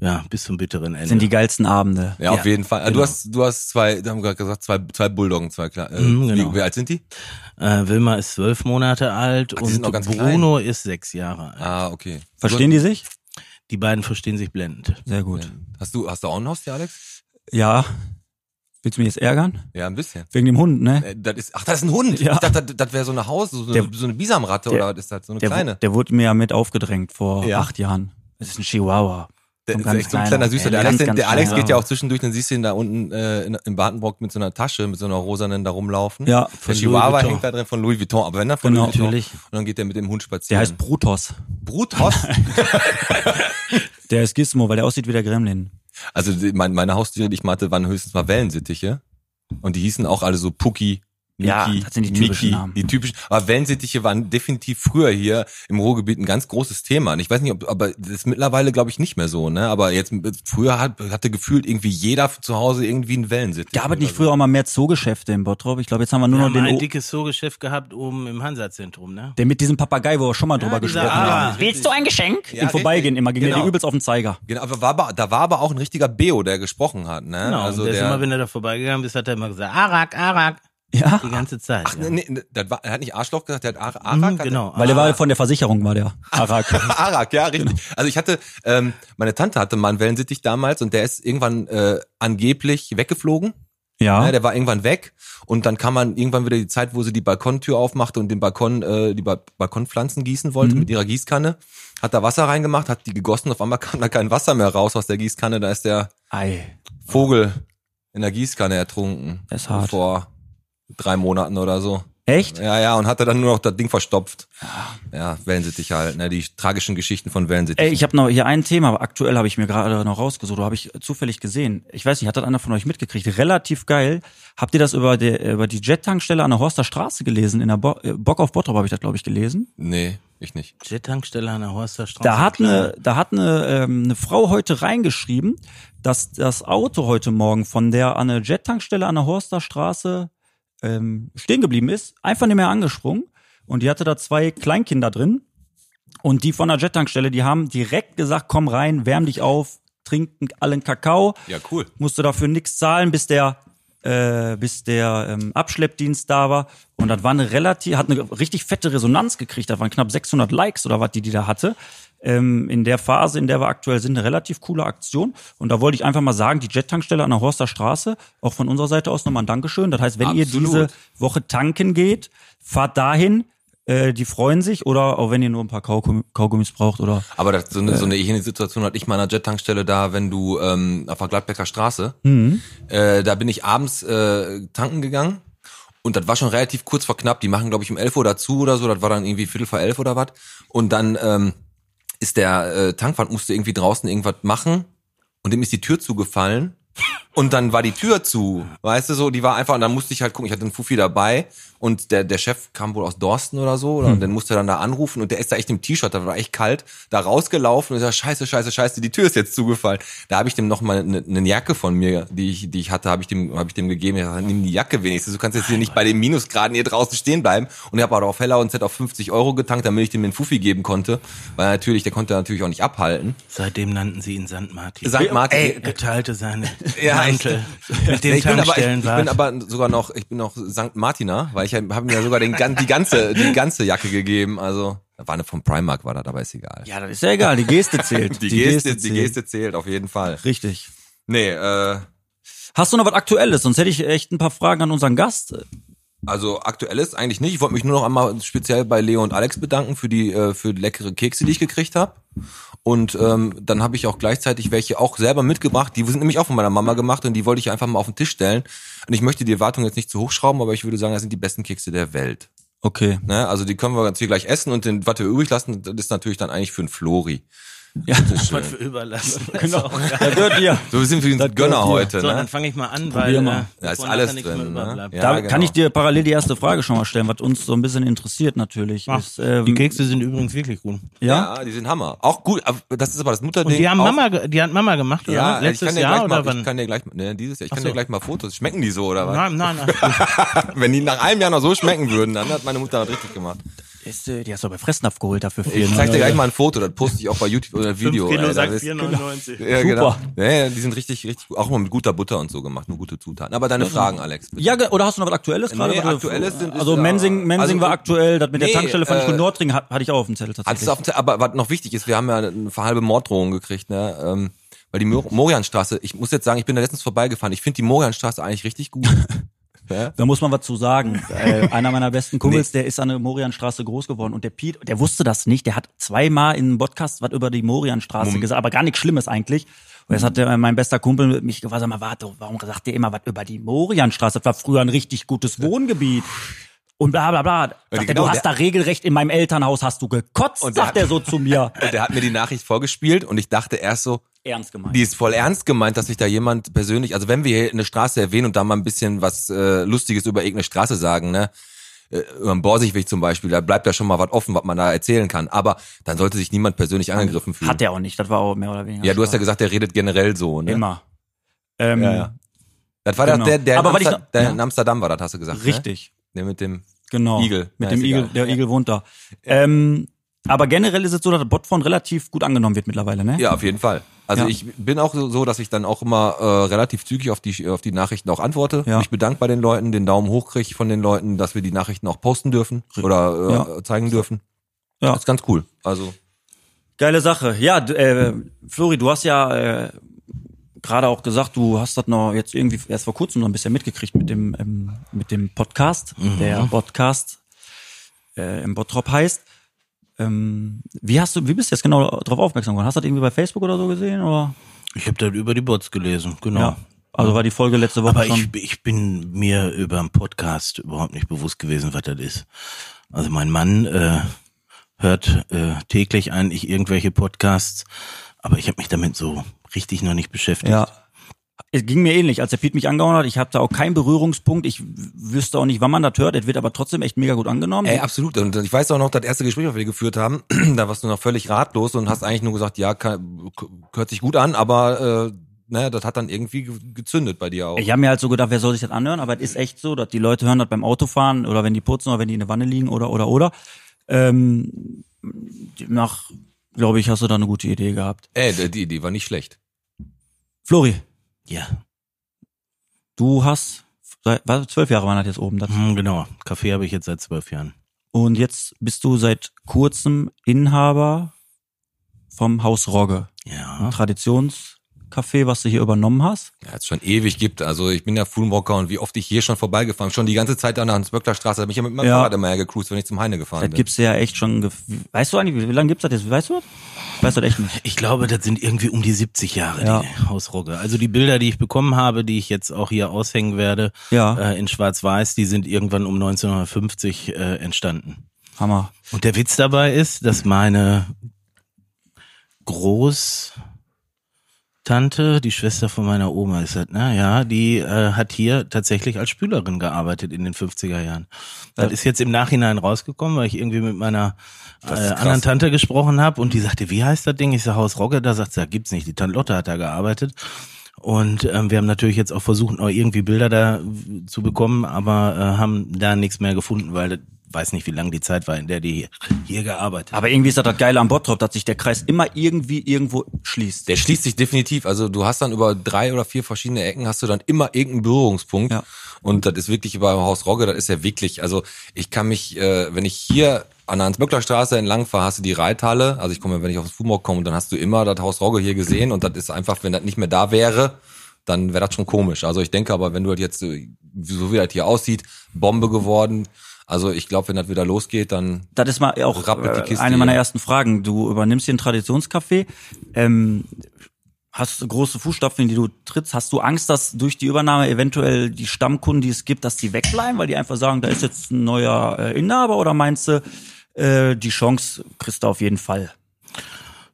ja, bis zum bitteren Ende. Sind die geilsten Abende. Ja, auf Ja, jeden Fall. Ah, Du genau. hast, du hast zwei, wir haben gerade gesagt, zwei, zwei Bulldoggen, zwei klar. Äh, Mhm, genau. wie, wie alt sind die? Äh, Wilma ist zwölf Monate alt Ach, die sind und noch ganz Bruno ist sechs Jahre alt. Ah, okay. Verstehen die sich? Die beiden verstehen sich blendend. Sehr gut. Hast du, hast du auch ein Haustier, Alex? Ja. Willst du mich jetzt ärgern? Ja, ein bisschen. Wegen dem Hund, ne? Äh, Das ist, ach, das ist ein Hund. Ja. Ich dachte, das, das wäre so eine Haus, so, so, Der- so eine Bisamratte der- oder ist das so eine Der, kleine? wu- der wurde mir ja mit aufgedrängt vor Ja. acht Jahren. Es ist ein Chihuahua. Der, so ein ist ganz echt so ein kleiner. kleiner Süßer. Ja, Der Alex, ganz, der, ganz der Alex kleiner. geht ja auch zwischendurch, dann siehst du ihn da unten äh, in, in Badenbrock mit so einer Tasche, mit so einer rosanen da rumlaufen. Ja, der von Chihuahua Louis Vuitton. hängt da drin von Louis Vuitton. Aber wenn er von Genau. Louis Vuitton, Natürlich. Und dann geht er mit dem Hund Der spazieren. heißt Brutos. Brutus. Der ist Gizmo, weil der aussieht wie der Gremlin. also die- mein, meine Haustiere, die ich mal hatte, waren höchstens mal Wellensittiche. Und die hießen auch alle so Pucki. Niki, Ja, das sind die typischen Miki, Namen. Die typischen, aber Wellensittiche waren definitiv früher hier im Ruhrgebiet ein ganz großes Thema. Und ich weiß nicht, ob, aber das ist mittlerweile, glaube ich, nicht mehr so, ne? Aber jetzt, früher hat, hatte gefühlt irgendwie jeder zu Hause irgendwie einen Wellensittich. Gab es oder nicht so. früher auch mal mehr Zoogeschäfte in Bottrop? Ich glaube, jetzt haben wir nur Wir noch haben den, ein o dickes Zoogeschäft gehabt oben im Hansa-Zentrum, ne? der mit diesem Papagei, wo wir schon mal drüber dieser gesprochen Ara. haben. Willst du ein Geschenk? Ja, Im Vorbeigehen richtig. immer, ging genau. Genau. dir übelst auf den Zeiger. Genau, aber war, aber- da war aber auch ein richtiger Beo, der gesprochen hat, ne? Genau, also und der, der, ist immer, wenn er da vorbeigegangen ist, hat er immer gesagt, Arak, Arak, Ja, die ganze Zeit. Ach, ja. nee, nee, das war, er hat nicht Arschloch gesagt, der hat Ar Arak. Mhm, hat er- genau. weil der Ah. war von der Versicherung, war der. Arak. Arak, ja, richtig. Genau. Also ich hatte, ähm, meine Tante hatte mal einen Wellensittich damals und der ist irgendwann äh, angeblich weggeflogen. Ja. Ne, der war irgendwann weg und dann kam man irgendwann wieder die Zeit, wo sie die Balkontür aufmachte und den Balkon, äh, die ba Balkonpflanzen gießen Mhm. wollte mit ihrer Gießkanne. Hat da Wasser reingemacht, hat die gegossen, auf einmal kam da kein Wasser mehr raus aus der Gießkanne, da ist der Ei. Vogel in der Gießkanne ertrunken. Das ist hart. Vor drei Monaten oder so. Echt? Ja, ja, und hatte dann nur noch das Ding verstopft. Ja, Wellensittiche halt, ne? Die tragischen Geschichten von Wellensittichen. Ey, ich habe noch hier ein Thema, aber aktuell habe ich mir gerade noch rausgesucht, oder habe ich äh, zufällig gesehen. Ich weiß nicht, hat das einer von euch mitgekriegt? Relativ geil. Habt ihr das über die, über die Jet-Tankstelle an der Horster Straße gelesen? In der Bo äh, Bock auf Bottrop habe ich das, glaube ich, gelesen. nee, ich nicht. Jet-Tankstelle an der Horster Straße. Da hat eine, da hat eine, ähm, eine Frau heute reingeschrieben, dass das Auto heute Morgen von der an der Jet-Tankstelle an der Horster Straße ähm, stehen geblieben ist, einfach nicht mehr angesprungen. Und die hatte da zwei Kleinkinder drin. Und die von der Jet-Tankstelle, die haben direkt gesagt, komm rein, wärm dich auf, trinken allen Kakao. Ja, cool. Musste dafür nichts zahlen, bis der, äh, bis der ähm, Abschleppdienst da war. Und das war eine relativ, hat eine richtig fette Resonanz gekriegt. Da waren knapp 600 Likes oder was, die die da hatte. Ähm, in der Phase, in der wir aktuell sind, eine relativ coole Aktion. Und da wollte ich einfach mal sagen, die Jet-Tankstelle an der Horster Straße, auch von unserer Seite aus nochmal ein Dankeschön. Das heißt, wenn ihr Absolut. diese Woche tanken geht, fahrt dahin, äh, die freuen sich. Oder auch wenn ihr nur ein paar Kaugum- Kaugummis braucht oder Aber das, so, eine, so eine ähnliche Situation hatte ich mal an der Jet-Tankstelle da, wenn du ähm, auf der Gladbecker Straße, äh, da bin ich abends äh, tanken gegangen und das war schon relativ kurz vor knapp. Die machen, glaube ich, um 11 Uhr dazu oder so, das war dann irgendwie Viertel vor elf oder was. Und dann ähm, ist der äh, Tankwart, musste irgendwie draußen irgendwas machen und dem ist die Tür zugefallen. Und dann war die Tür zu, weißt du so, die war einfach, und dann musste ich halt gucken, ich hatte einen Fufi dabei und der, der Chef kam wohl aus Dorsten oder so, oder, und dann musste er dann da anrufen und der ist da echt im T-Shirt, da war echt kalt, da rausgelaufen und sagt, scheiße, scheiße, scheiße, die Tür ist jetzt zugefallen. Da habe ich dem nochmal eine ne Jacke von mir, die ich, die ich hatte, habe ich dem, habe ich dem gegeben, ich sag, nimm die Jacke wenigstens, du kannst jetzt hier nicht bei den Minusgraden hier draußen stehen bleiben. Und ich habe aber auf Heller und Z auf 50 Euro getankt, damit ich dem den Fufi geben konnte, weil natürlich, der konnte natürlich auch nicht abhalten. Seitdem nannten sie ihn St. Martin. St. Martin. Ey, er teilte seine Ja, Mantel mit dem ich, bin aber, ich, ich Tankstellenwart. bin aber sogar noch, ich bin noch St. Martiner, weil ich habe mir sogar den, gan- die ganze, die ganze Jacke gegeben. Also da war eine vom Primark, war da, aber Ah, ist egal. Ja, das ist ja egal, die Geste zählt. die, Geste, die Geste zählt auf jeden Fall. Richtig. Nee, äh, Hast du noch was Aktuelles? Sonst hätte ich echt ein paar Fragen an unseren Gast. also aktuell ist eigentlich nicht. Ich wollte mich nur noch einmal speziell bei Leo und Alex bedanken für die äh, für die leckere Kekse, die ich gekriegt habe. Und ähm, dann habe ich auch gleichzeitig welche auch selber mitgebracht. Die sind nämlich auch von meiner Mama gemacht und die wollte ich einfach mal auf den Tisch stellen. Und ich möchte die Erwartung jetzt nicht zu hoch schrauben, aber ich würde sagen, das sind die besten Kekse der Welt. Okay. Ne? Also die können wir ganz hier gleich essen und den, was wir übrig lassen, das ist natürlich dann eigentlich für einen Flori. Ja, Was für Überlassen. Genau. Da gehört ihr. so, wir sind für Das den Gönner gehört heute. So, ne? dann fange ich mal an, weil mal. äh, Da ist bevor alles nachher nichts mehr drin, ne? überbleibt. Ja, Da genau. kann ich dir parallel die erste Frage schon mal stellen, was uns so ein bisschen interessiert natürlich. Ah, Ist, ähm, Die Kekse sind übrigens wirklich gut. ja? ja, die sind Hammer. Auch gut, aber das ist aber das Mutterding. Und die haben auch- Mama, ge- die hat Mama gemacht, oder? ja, ich Letztes kann dir Jahr gleich mal, oder wann? ich kann dir gleich, ne, dieses Jahr, ich kann so. dir gleich mal Fotos. Schmecken die so oder was? Nein, nein, nein. Wenn die nach einem Jahr noch so schmecken würden, dann hat meine Mutter das richtig gemacht. Ist, äh, die hast du aber fressen abgeholt dafür. ne? Ich zeig dir gleich mal ein Foto, das poste ich auch bei YouTube oder ein Video. 5 Genau. Kilo Alter. sagt Das- 4,99. ja, Super. genau. Ja, ja, die sind richtig, richtig gut. Auch immer mit guter Butter und so gemacht, nur gute Zutaten. Aber deine Fragen, Alex. bitte. Ja, ge- oder hast du noch was Aktuelles Nee, gerade? Aktuelles sind- ist also da- Mensing, Mensing also- war aktuell, das mit Nee, der Tankstelle fand ich gut. äh, Nordring hat, hatte ich auch auf dem Zettel Hat es tatsächlich. auf, dem Ze- aber was noch wichtig ist, wir haben ja eine halbe Morddrohung gekriegt, ne? Ähm, weil die Mor- Morianstraße, ich muss jetzt sagen, ich bin da letztens vorbeigefahren. Ich finde die Morianstraße eigentlich richtig gut. Da muss man was zu sagen. äh, einer meiner besten Kumpels, der ist an der Morianstraße groß geworden und der Piet, der wusste das nicht. Der hat zweimal in einem Podcast was über die Morianstraße gesagt, aber gar nichts Schlimmes eigentlich. Und jetzt hat der, äh, mein bester Kumpel mit mich gefragt, sag mal, warte, warum sagt ihr immer was über die Morianstraße? Das war früher ein richtig gutes Wohngebiet. Und bla bla bla. Sagt Ja, er, genau, du hast der- da regelrecht in meinem Elternhaus hast du gekotzt, Und der sagt hat- er so zu mir. Und der hat mir die Nachricht vorgespielt und ich dachte erst so, Ernst gemeint. die ist voll ernst gemeint, dass sich da jemand persönlich, also wenn wir hier eine Straße erwähnen und da mal ein bisschen was äh, Lustiges über irgendeine Straße sagen, ne? äh, Über den Borsigweg zum Beispiel, da bleibt ja schon mal was offen, was man da erzählen kann. Aber dann sollte sich niemand persönlich angegriffen fühlen. hat er auch nicht, das war auch mehr oder weniger. ja, du hast ja gesagt, der redet generell so, ne? immer. Ähm, Ja, ja. Das war Genau. das, der, der, Aber weil in, ich Amster noch- der ja. in Amsterdam war, das hast du gesagt. Ne? Richtig. Der mit dem Genau. Igel. Mit Ja, dem ist Igel, egal. der Igel wohnt da. Ähm, aber generell ist es so, dass Botfond relativ gut angenommen wird mittlerweile, ne? Ja, auf jeden Fall. Also Ja. ich bin auch so, so, dass ich dann auch immer äh, relativ zügig auf die auf die Nachrichten auch antworte. Ja. Mich bedanke bei den Leuten, den Daumen hoch kriege ich von den Leuten, dass wir die Nachrichten auch posten dürfen oder äh, Ja. zeigen dürfen. Ja. Das ist ganz cool. Also Geile Sache. Ja, d- äh, Flori, du hast ja äh, gerade auch gesagt, du hast das noch jetzt irgendwie erst vor kurzem noch ein bisschen mitgekriegt mit dem, ähm, mit dem Podcast, Mhm. der Podcast äh, im Bottrop heißt. Ähm, wie hast du, wie bist du jetzt genau darauf aufmerksam geworden? Hast du das irgendwie bei Facebook oder so gesehen? Oder? Ich habe das über die Bots gelesen, genau. Ja. Also war die Folge letzte Woche Aber schon. ich, ich bin mir über den Podcast überhaupt nicht bewusst gewesen, was das ist. Also mein Mann äh, hört äh, täglich eigentlich irgendwelche Podcasts, aber ich habe mich damit so richtig noch nicht beschäftigt. Ja. Es ging mir ähnlich, als der Piet mich angehauen hat. Ich habe da auch keinen Berührungspunkt. Ich w- wüsste auch nicht, wann man das hört. Es wird aber trotzdem echt mega gut angenommen. Ey, absolut. Und ich weiß auch noch, das erste Gespräch, was wir geführt haben, da warst du noch völlig ratlos und hast eigentlich nur gesagt, ja, kann, k- hört sich gut an, aber äh, ne, das hat dann irgendwie ge- gezündet bei dir auch. Ich habe mir halt so gedacht, wer soll sich das anhören? Aber es ist echt so, dass die Leute hören das beim Autofahren oder wenn die putzen oder wenn die in der Wanne liegen oder oder oder. Ähm, nach, glaube ich, hast du da eine gute Idee gehabt. Ey, die- die Idee war nicht schlecht. Flori, Ja, du hast seit was, zwölf Jahre waren das jetzt oben. Das. Hm, genau. Kaffee habe ich jetzt seit zwölf Jahren. Und jetzt bist du seit kurzem Inhaber vom Haus Rogge. Ja. Ein Traditionscafé, was du hier übernommen hast. Ja, es schon ewig gibt. Also ich bin ja Fullwalker und wie oft ich hier schon vorbeigefahren, schon die ganze Zeit an der Hans-Böckler Straße, da bin ich ja mit meinem Ja. Fahrrad immer hergecruised, wenn ich zum Heine gefahren Das bin. gibt's ja echt schon. ge- Weißt du eigentlich, wie lange gibt's das jetzt? Weißt du das? Weißt du das echt nicht? Ich glaube, das sind irgendwie um die 70 Jahre, Ja. die Hausrogge. Also die Bilder, die ich bekommen habe, die ich jetzt auch hier aushängen werde, Ja. äh, in Schwarz-Weiß, die sind irgendwann um 1950 äh, entstanden. Hammer. Und der Witz dabei ist, dass meine Großtante, die Schwester von meiner Oma ist das, ne? Ja, die äh, hat hier tatsächlich als Spülerin gearbeitet in den 50er Jahren. Das ist jetzt im Nachhinein rausgekommen, weil ich irgendwie mit meiner äh, ist krass. anderen Tante gesprochen habe und die sagte, wie heißt das Ding? Ich sag Haus Rogge, da sagt sie, ja, gibt's nicht. Die Tante Lotte hat da gearbeitet. Und ähm, wir haben natürlich jetzt auch versucht, noch irgendwie Bilder da w- zu bekommen, aber äh, haben da nichts mehr gefunden, weil das- weiß nicht, wie lang die Zeit war, in der die hier, hier gearbeitet haben. Aber irgendwie ist das das Geile am Bottrop, dass sich der Kreis immer irgendwie irgendwo schließt. Der schließt sich definitiv. Also du hast dann über drei oder vier verschiedene Ecken hast du dann immer irgendeinen Berührungspunkt. Ja. Und das ist wirklich bei Haus Rogge, das ist ja wirklich, also ich kann mich, äh, wenn ich hier an der Hans-Böckler Straße entlang fahre, hast du die Reithalle. Also ich komme, wenn ich aufs Fumock komme, dann hast du immer das Haus Rogge hier gesehen und das ist einfach, wenn das nicht mehr da wäre, dann wäre das schon komisch. Also ich denke aber, wenn du das jetzt, äh, so wie das hier aussieht, Bombe geworden. Also ich glaube, wenn das wieder losgeht, dann Das ist mal auch Rappelt die äh, Kiste, eine meiner ja. ersten Fragen. Du übernimmst hier ein Traditionscafé, ähm, hast du große Fußstapfen, in die du trittst. Hast du Angst, dass durch die Übernahme eventuell die Stammkunden, die es gibt, dass die wegbleiben, weil die einfach sagen, da ist jetzt ein neuer äh, Inhaber oder meinst du, äh, die Chance kriegst du auf jeden Fall?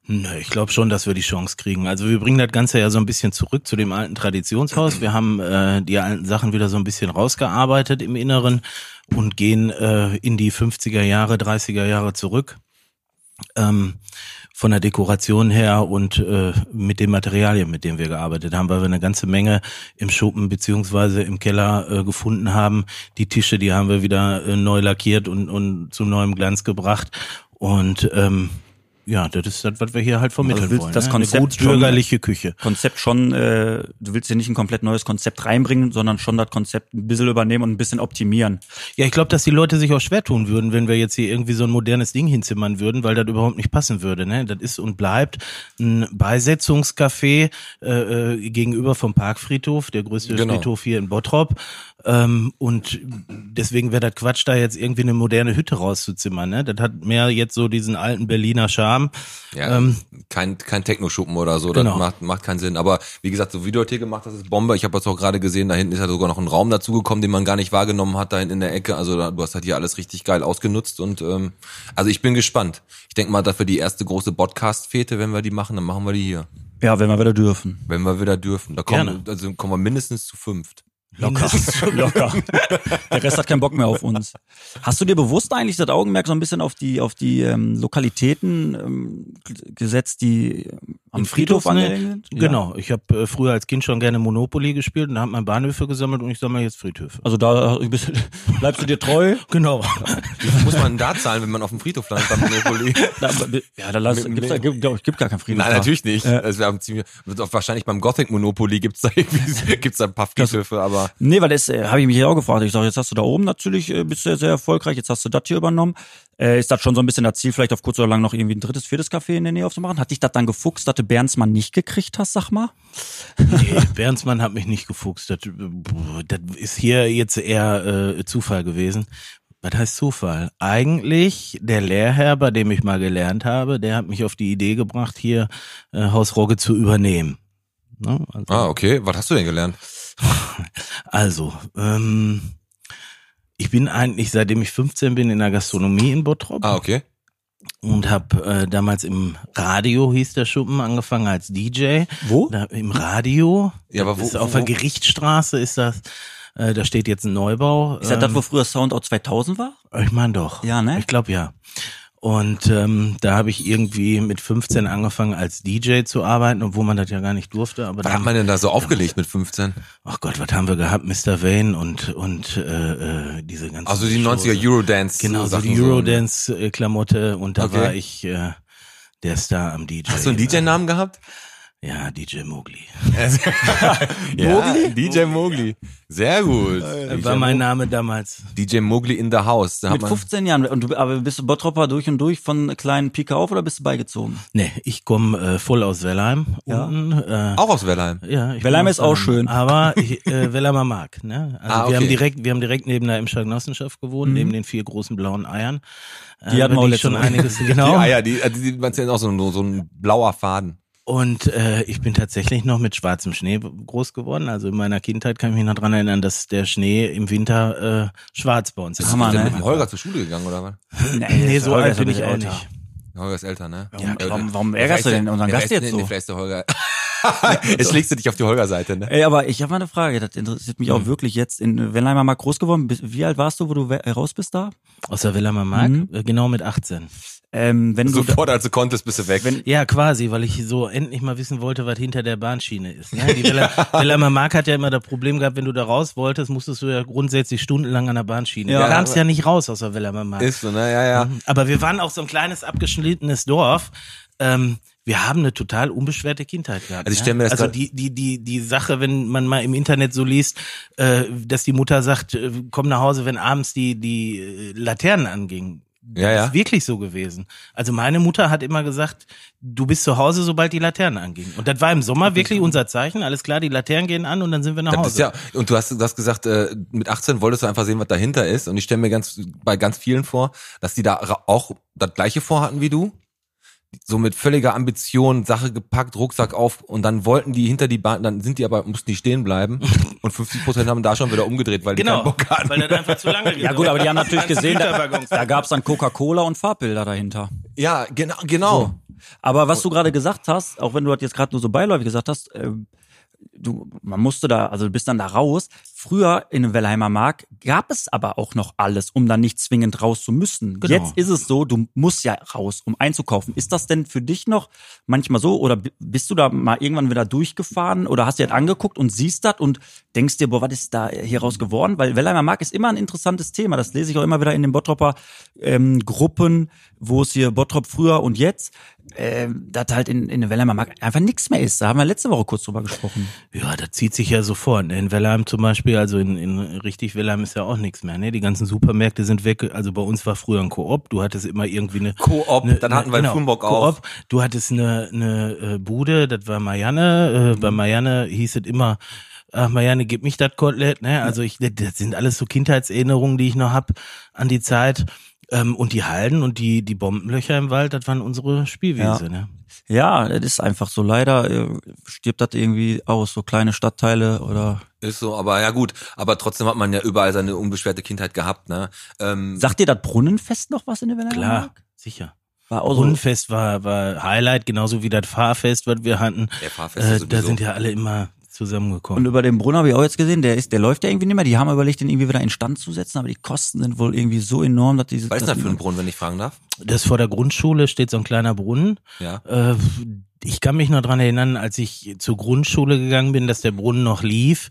Nö, ich glaube schon, dass wir die Chance kriegen. Also wir bringen das Ganze ja so ein bisschen zurück zu dem alten Traditionshaus. Wir haben äh, die alten Sachen wieder so ein bisschen rausgearbeitet im Inneren und gehen äh, in die 50er Jahre, 30er Jahre zurück. Ähm, von der Dekoration her und äh, mit den Materialien, mit denen wir gearbeitet haben, weil wir eine ganze Menge im Schuppen beziehungsweise im Keller äh, gefunden haben. Die Tische, die haben wir wieder äh, neu lackiert und, und zu neuem Glanz gebracht. Und ähm, ja, das ist das, was wir hier halt vermitteln Also willst wollen. das ne? Konzept Eine gut bürgerliche Küche. Konzept schon, äh, du willst hier nicht ein komplett neues Konzept reinbringen, sondern schon das Konzept ein bisschen übernehmen und ein bisschen optimieren. Ja, ich glaube, dass die Leute sich auch schwer tun würden, wenn wir jetzt hier irgendwie so ein modernes Ding hinzimmern würden, weil das überhaupt nicht passen würde. Ne? Das ist und bleibt ein Beisetzungscafé äh, äh, gegenüber vom Parkfriedhof, der größte Genau. Friedhof hier in Bottrop. Ähm, und deswegen wäre das Quatsch, da jetzt irgendwie eine moderne Hütte rauszuzimmern. Ne? Das hat mehr jetzt so diesen alten Berliner Charme. Ja, Ähm, kein, kein Techno-Schuppen oder so, Genau. das macht, macht keinen Sinn. Aber wie gesagt, so wie du das hier gemacht hast, ist Bombe. Ich habe jetzt auch gerade gesehen, da hinten ist ja sogar noch ein Raum dazugekommen, den man gar nicht wahrgenommen hat, da hinten in der Ecke. Also da, du hast halt hier alles richtig geil ausgenutzt und ähm, also ich bin gespannt. Ich denke mal, dass wir die erste große Podcast-Fete, wenn wir die machen, dann machen wir die hier. Ja, wenn wir wieder dürfen. Wenn wir wieder dürfen. Da kommen, Gerne. also kommen wir mindestens zu fünft. Locker. Locker. Der Rest hat keinen Bock mehr auf uns. Hast du dir bewusst eigentlich das Augenmerk so ein bisschen auf die, auf die ähm, Lokalitäten ähm, g- gesetzt, die ähm, am Im Friedhof, Friedhof, ne? angelegen sind? Ja. Genau, ich habe äh, früher als Kind schon gerne Monopoly gespielt und da hat man Bahnhöfe gesammelt und ich sammle jetzt Friedhöfe. Also da bist, bleibst du dir treu. Genau. Wie viel muss man da zahlen, wenn man auf dem Friedhof landet beim Monopoly? Da, ja, da lass, Mit- gibt's, da, gibt, glaub ich, gibt gar keinen Friedhof. Nein, da. natürlich nicht. Also wir haben ziemlich, wahrscheinlich beim Gothic Monopoly gibt's da irgendwie, gibt's da ein paar Friedhöfe, aber Nee, weil das äh, habe ich mich ja auch gefragt. Ich sage, jetzt hast du da oben natürlich, äh, bist du ja sehr erfolgreich, jetzt hast du das hier übernommen. Äh, ist das schon so ein bisschen das Ziel, vielleicht auf kurz oder lang noch irgendwie ein drittes, viertes Café in der Nähe aufzumachen? Hat dich das dann gefuchst, dass du Renate Bernsmann nicht gekriegt hast, sag mal? Nee, Bernsmann hat mich nicht gefuchst. Das, das ist hier jetzt eher äh, Zufall gewesen. Was heißt Zufall? Eigentlich der Lehrherr, bei dem ich mal gelernt habe, der hat mich auf die Idee gebracht, hier äh, Haus Rogge zu übernehmen. Ne? Also, Ah, okay. Was hast du denn gelernt? also ähm, ich bin eigentlich, seitdem ich 15 bin, in der Gastronomie in Bottrop. Ah, okay. und habe äh, damals im Radio hieß der Schuppen angefangen als DJ. Wo? Da, Im Radio. Oh. Ja, aber Das wo- ist auf wo- der Gerichtsstraße ist das. Äh, da steht jetzt ein Neubau. ähm, oh, Ist das das, wo früher Soundout 2000 war? Ich meine doch. Ja, ne? Ich glaube ja. Und ähm, da habe ich irgendwie mit 15 angefangen als DJ zu arbeiten, obwohl man das ja gar nicht durfte. Aber Was hat dann, man denn da so aufgelegt mit 15? ach Gott, was haben wir gehabt, Mr. Vane und und äh, äh, diese ganzen. Also die Shows. 90er Eurodance. Genau, so Sachen ne? die Eurodance-Klamotte und da Okay. war ich äh, der Star am DJ. Hast du einen DJ-Namen gehabt? Ja, DJ Mowgli. Mogli? DJ Mogli. Sehr gut. War mein Name damals. DJ Mogli in the house. Da hat Mit man, 15 Jahren. Und du, aber bist du Bottropper durch und durch von kleinen Pike auf oder bist du beigezogen? Nee, ich komme äh, voll aus Wellheim. Ja. Unten, äh, auch aus Wellheim. ja, ich Wellheim bin aus ist auch Wellheim. schön. Aber ich, äh, Wellheimer Mark. Ne? Also Ah, wir, okay. haben direkt, wir haben direkt neben der Emscher Genossenschaft gewohnt, neben den vier großen blauen Eiern. Äh, Mhm. Die hatten bin wir auch ich letzte schon Woche. einiges, Die genau. Eier, die, also die, man sieht auch so, ein- so ein blauer Faden. Und äh, ich bin tatsächlich noch mit schwarzem Schnee groß geworden. Also in meiner Kindheit kann ich mich noch dran erinnern, dass der Schnee im Winter äh, schwarz bei uns ist. Hammer, Ist der ne? mit dem Holger zur Schule gegangen, oder was? Nee, so Holger alt ist ja bin ich wieder auch älter. nicht. Holger ist älter, ne? Ja, Äh, warum- äh, warum der ärgerst du weiß denn der- unseren der Gast weiß- jetzt nee, so? Nee, vielleicht ist der Holger. jetzt schlägst du dich auf die Holger-Seite, ne? Ey, aber ich habe mal eine Frage, das interessiert mich Hm. auch wirklich jetzt. In Wellheimer mal groß geworden, bist- wie alt warst du, wo du we- äh, raus bist da? Aus der Wellheimer Mark, Mhm. äh, genau mit 18. Ähm, wenn Also du Sofort, als du konntest, bist du weg. Ja, quasi, weil ich so endlich mal wissen wollte, was hinter der Bahnschiene ist. Ne? Die Welle- Wellheimer Mark hat ja immer das Problem gehabt, wenn du da raus wolltest, musstest du ja grundsätzlich stundenlang an der Bahnschiene. Ja, du kamst aber- ja nicht raus aus der Wellheimer Mark. ist so, ne? Ja, Mhm. ja. Aber wir waren auch so ein kleines abgeschnittenes Dorf. Ähm, wir haben eine total unbeschwerte Kindheit gehabt. Also ich stell mir das also grad- die die die die Sache, wenn man mal im Internet so liest, äh, dass die Mutter sagt, äh, komm nach Hause, wenn abends die die äh, Laternen angingen. Ja, ja. Ist wirklich so gewesen. Also meine Mutter hat immer gesagt, du bist zu Hause, sobald die Laternen angingen. Und das war im Sommer wirklich unser Zeichen. Alles klar, die Laternen gehen an und dann sind wir nach Da Hause. bist ja, und du hast das gesagt, äh, mit 18 wolltest du einfach sehen, was dahinter ist. Und ich stelle mir ganz bei ganz vielen vor, dass die da ra- auch das gleiche vorhatten wie du. So mit völliger Ambition, Sache gepackt, Rucksack auf und dann wollten die hinter die Bahn, dann sind die aber, mussten die stehen bleiben und 50 Prozent haben da schon wieder umgedreht, weil die genau, keinen Bock hatten. weil das einfach zu lange Ja gut, aber die haben natürlich gesehen, da, Güterwaggons. da gab es dann Coca-Cola und Farbbilder dahinter. ja, genau, genau. Aber was du gerade gesagt hast, auch wenn du das jetzt gerade nur so beiläufig gesagt hast, ähm, du, man musste da, also du bist dann da raus. Früher in dem Wellheimer Mark gab es aber auch noch alles, um dann nicht zwingend raus zu müssen. Genau. Jetzt ist es so, du musst ja raus, um einzukaufen. Ist das denn für dich noch manchmal so oder bi- bist du da mal irgendwann wieder durchgefahren oder hast dir das angeguckt und siehst das und denkst dir, boah, was ist da hier raus geworden? Weil Wellheimer Mark ist immer ein interessantes Thema. Das lese ich auch immer wieder in den Bottropper ähm, Gruppen, wo es hier Bottrop früher und jetzt, ähm, dass halt in, in der Wellheimer Mark einfach nichts mehr ist. Da haben wir letzte Woche kurz drüber gesprochen. Ja, das zieht sich ja so fort. ne? In Wellheim zum Beispiel, also in, in richtig Wellheim ist ja auch nichts mehr. Ne? Die ganzen Supermärkte sind weg. Also bei uns war früher ein Koop. Du hattest immer irgendwie eine Coop, eine- dann hatten wir einen Fuhrbock Coop. auf. Du hattest eine, eine äh, Bude, das war Marianne. Äh, Mhm. Bei Marianne hieß es immer, ach Marianne, gib mich das Kotelett. Ne? Also ich, das- das sind alles so Kindheitserinnerungen, die ich noch hab an die Zeit. Ähm, Und die Halden und die, die Bombenlöcher im Wald, das waren unsere Spielwiese. Ja. Ne? Ja, das ist einfach so. Leider äh, stirbt das irgendwie aus, so kleine Stadtteile oder. Ist so, aber ja gut. Aber trotzdem hat man ja überall seine unbeschwerte Kindheit gehabt, ne? Ähm, Sagt dir das Brunnenfest noch was in der Wellheimer Klar, Mark? sicher. War auch so. Brunnenfest war, war Highlight, genauso wie das Fahrfest, was wir hatten. Ja, Fahrfest Äh, sowieso. da sind ja alle immer Und zusammengekommen. über den Brunnen habe ich auch jetzt gesehen, der ist, der läuft ja irgendwie nicht mehr. Die haben überlegt, den irgendwie wieder instand zu setzen, aber die Kosten sind wohl irgendwie so enorm, dass die. was ist dass das für die- ein Brunnen, wenn ich fragen darf? Das vor der Grundschule steht so ein kleiner Brunnen. Ja. Äh, ich kann mich noch dran erinnern, als ich zur Grundschule gegangen bin, dass der Brunnen noch lief.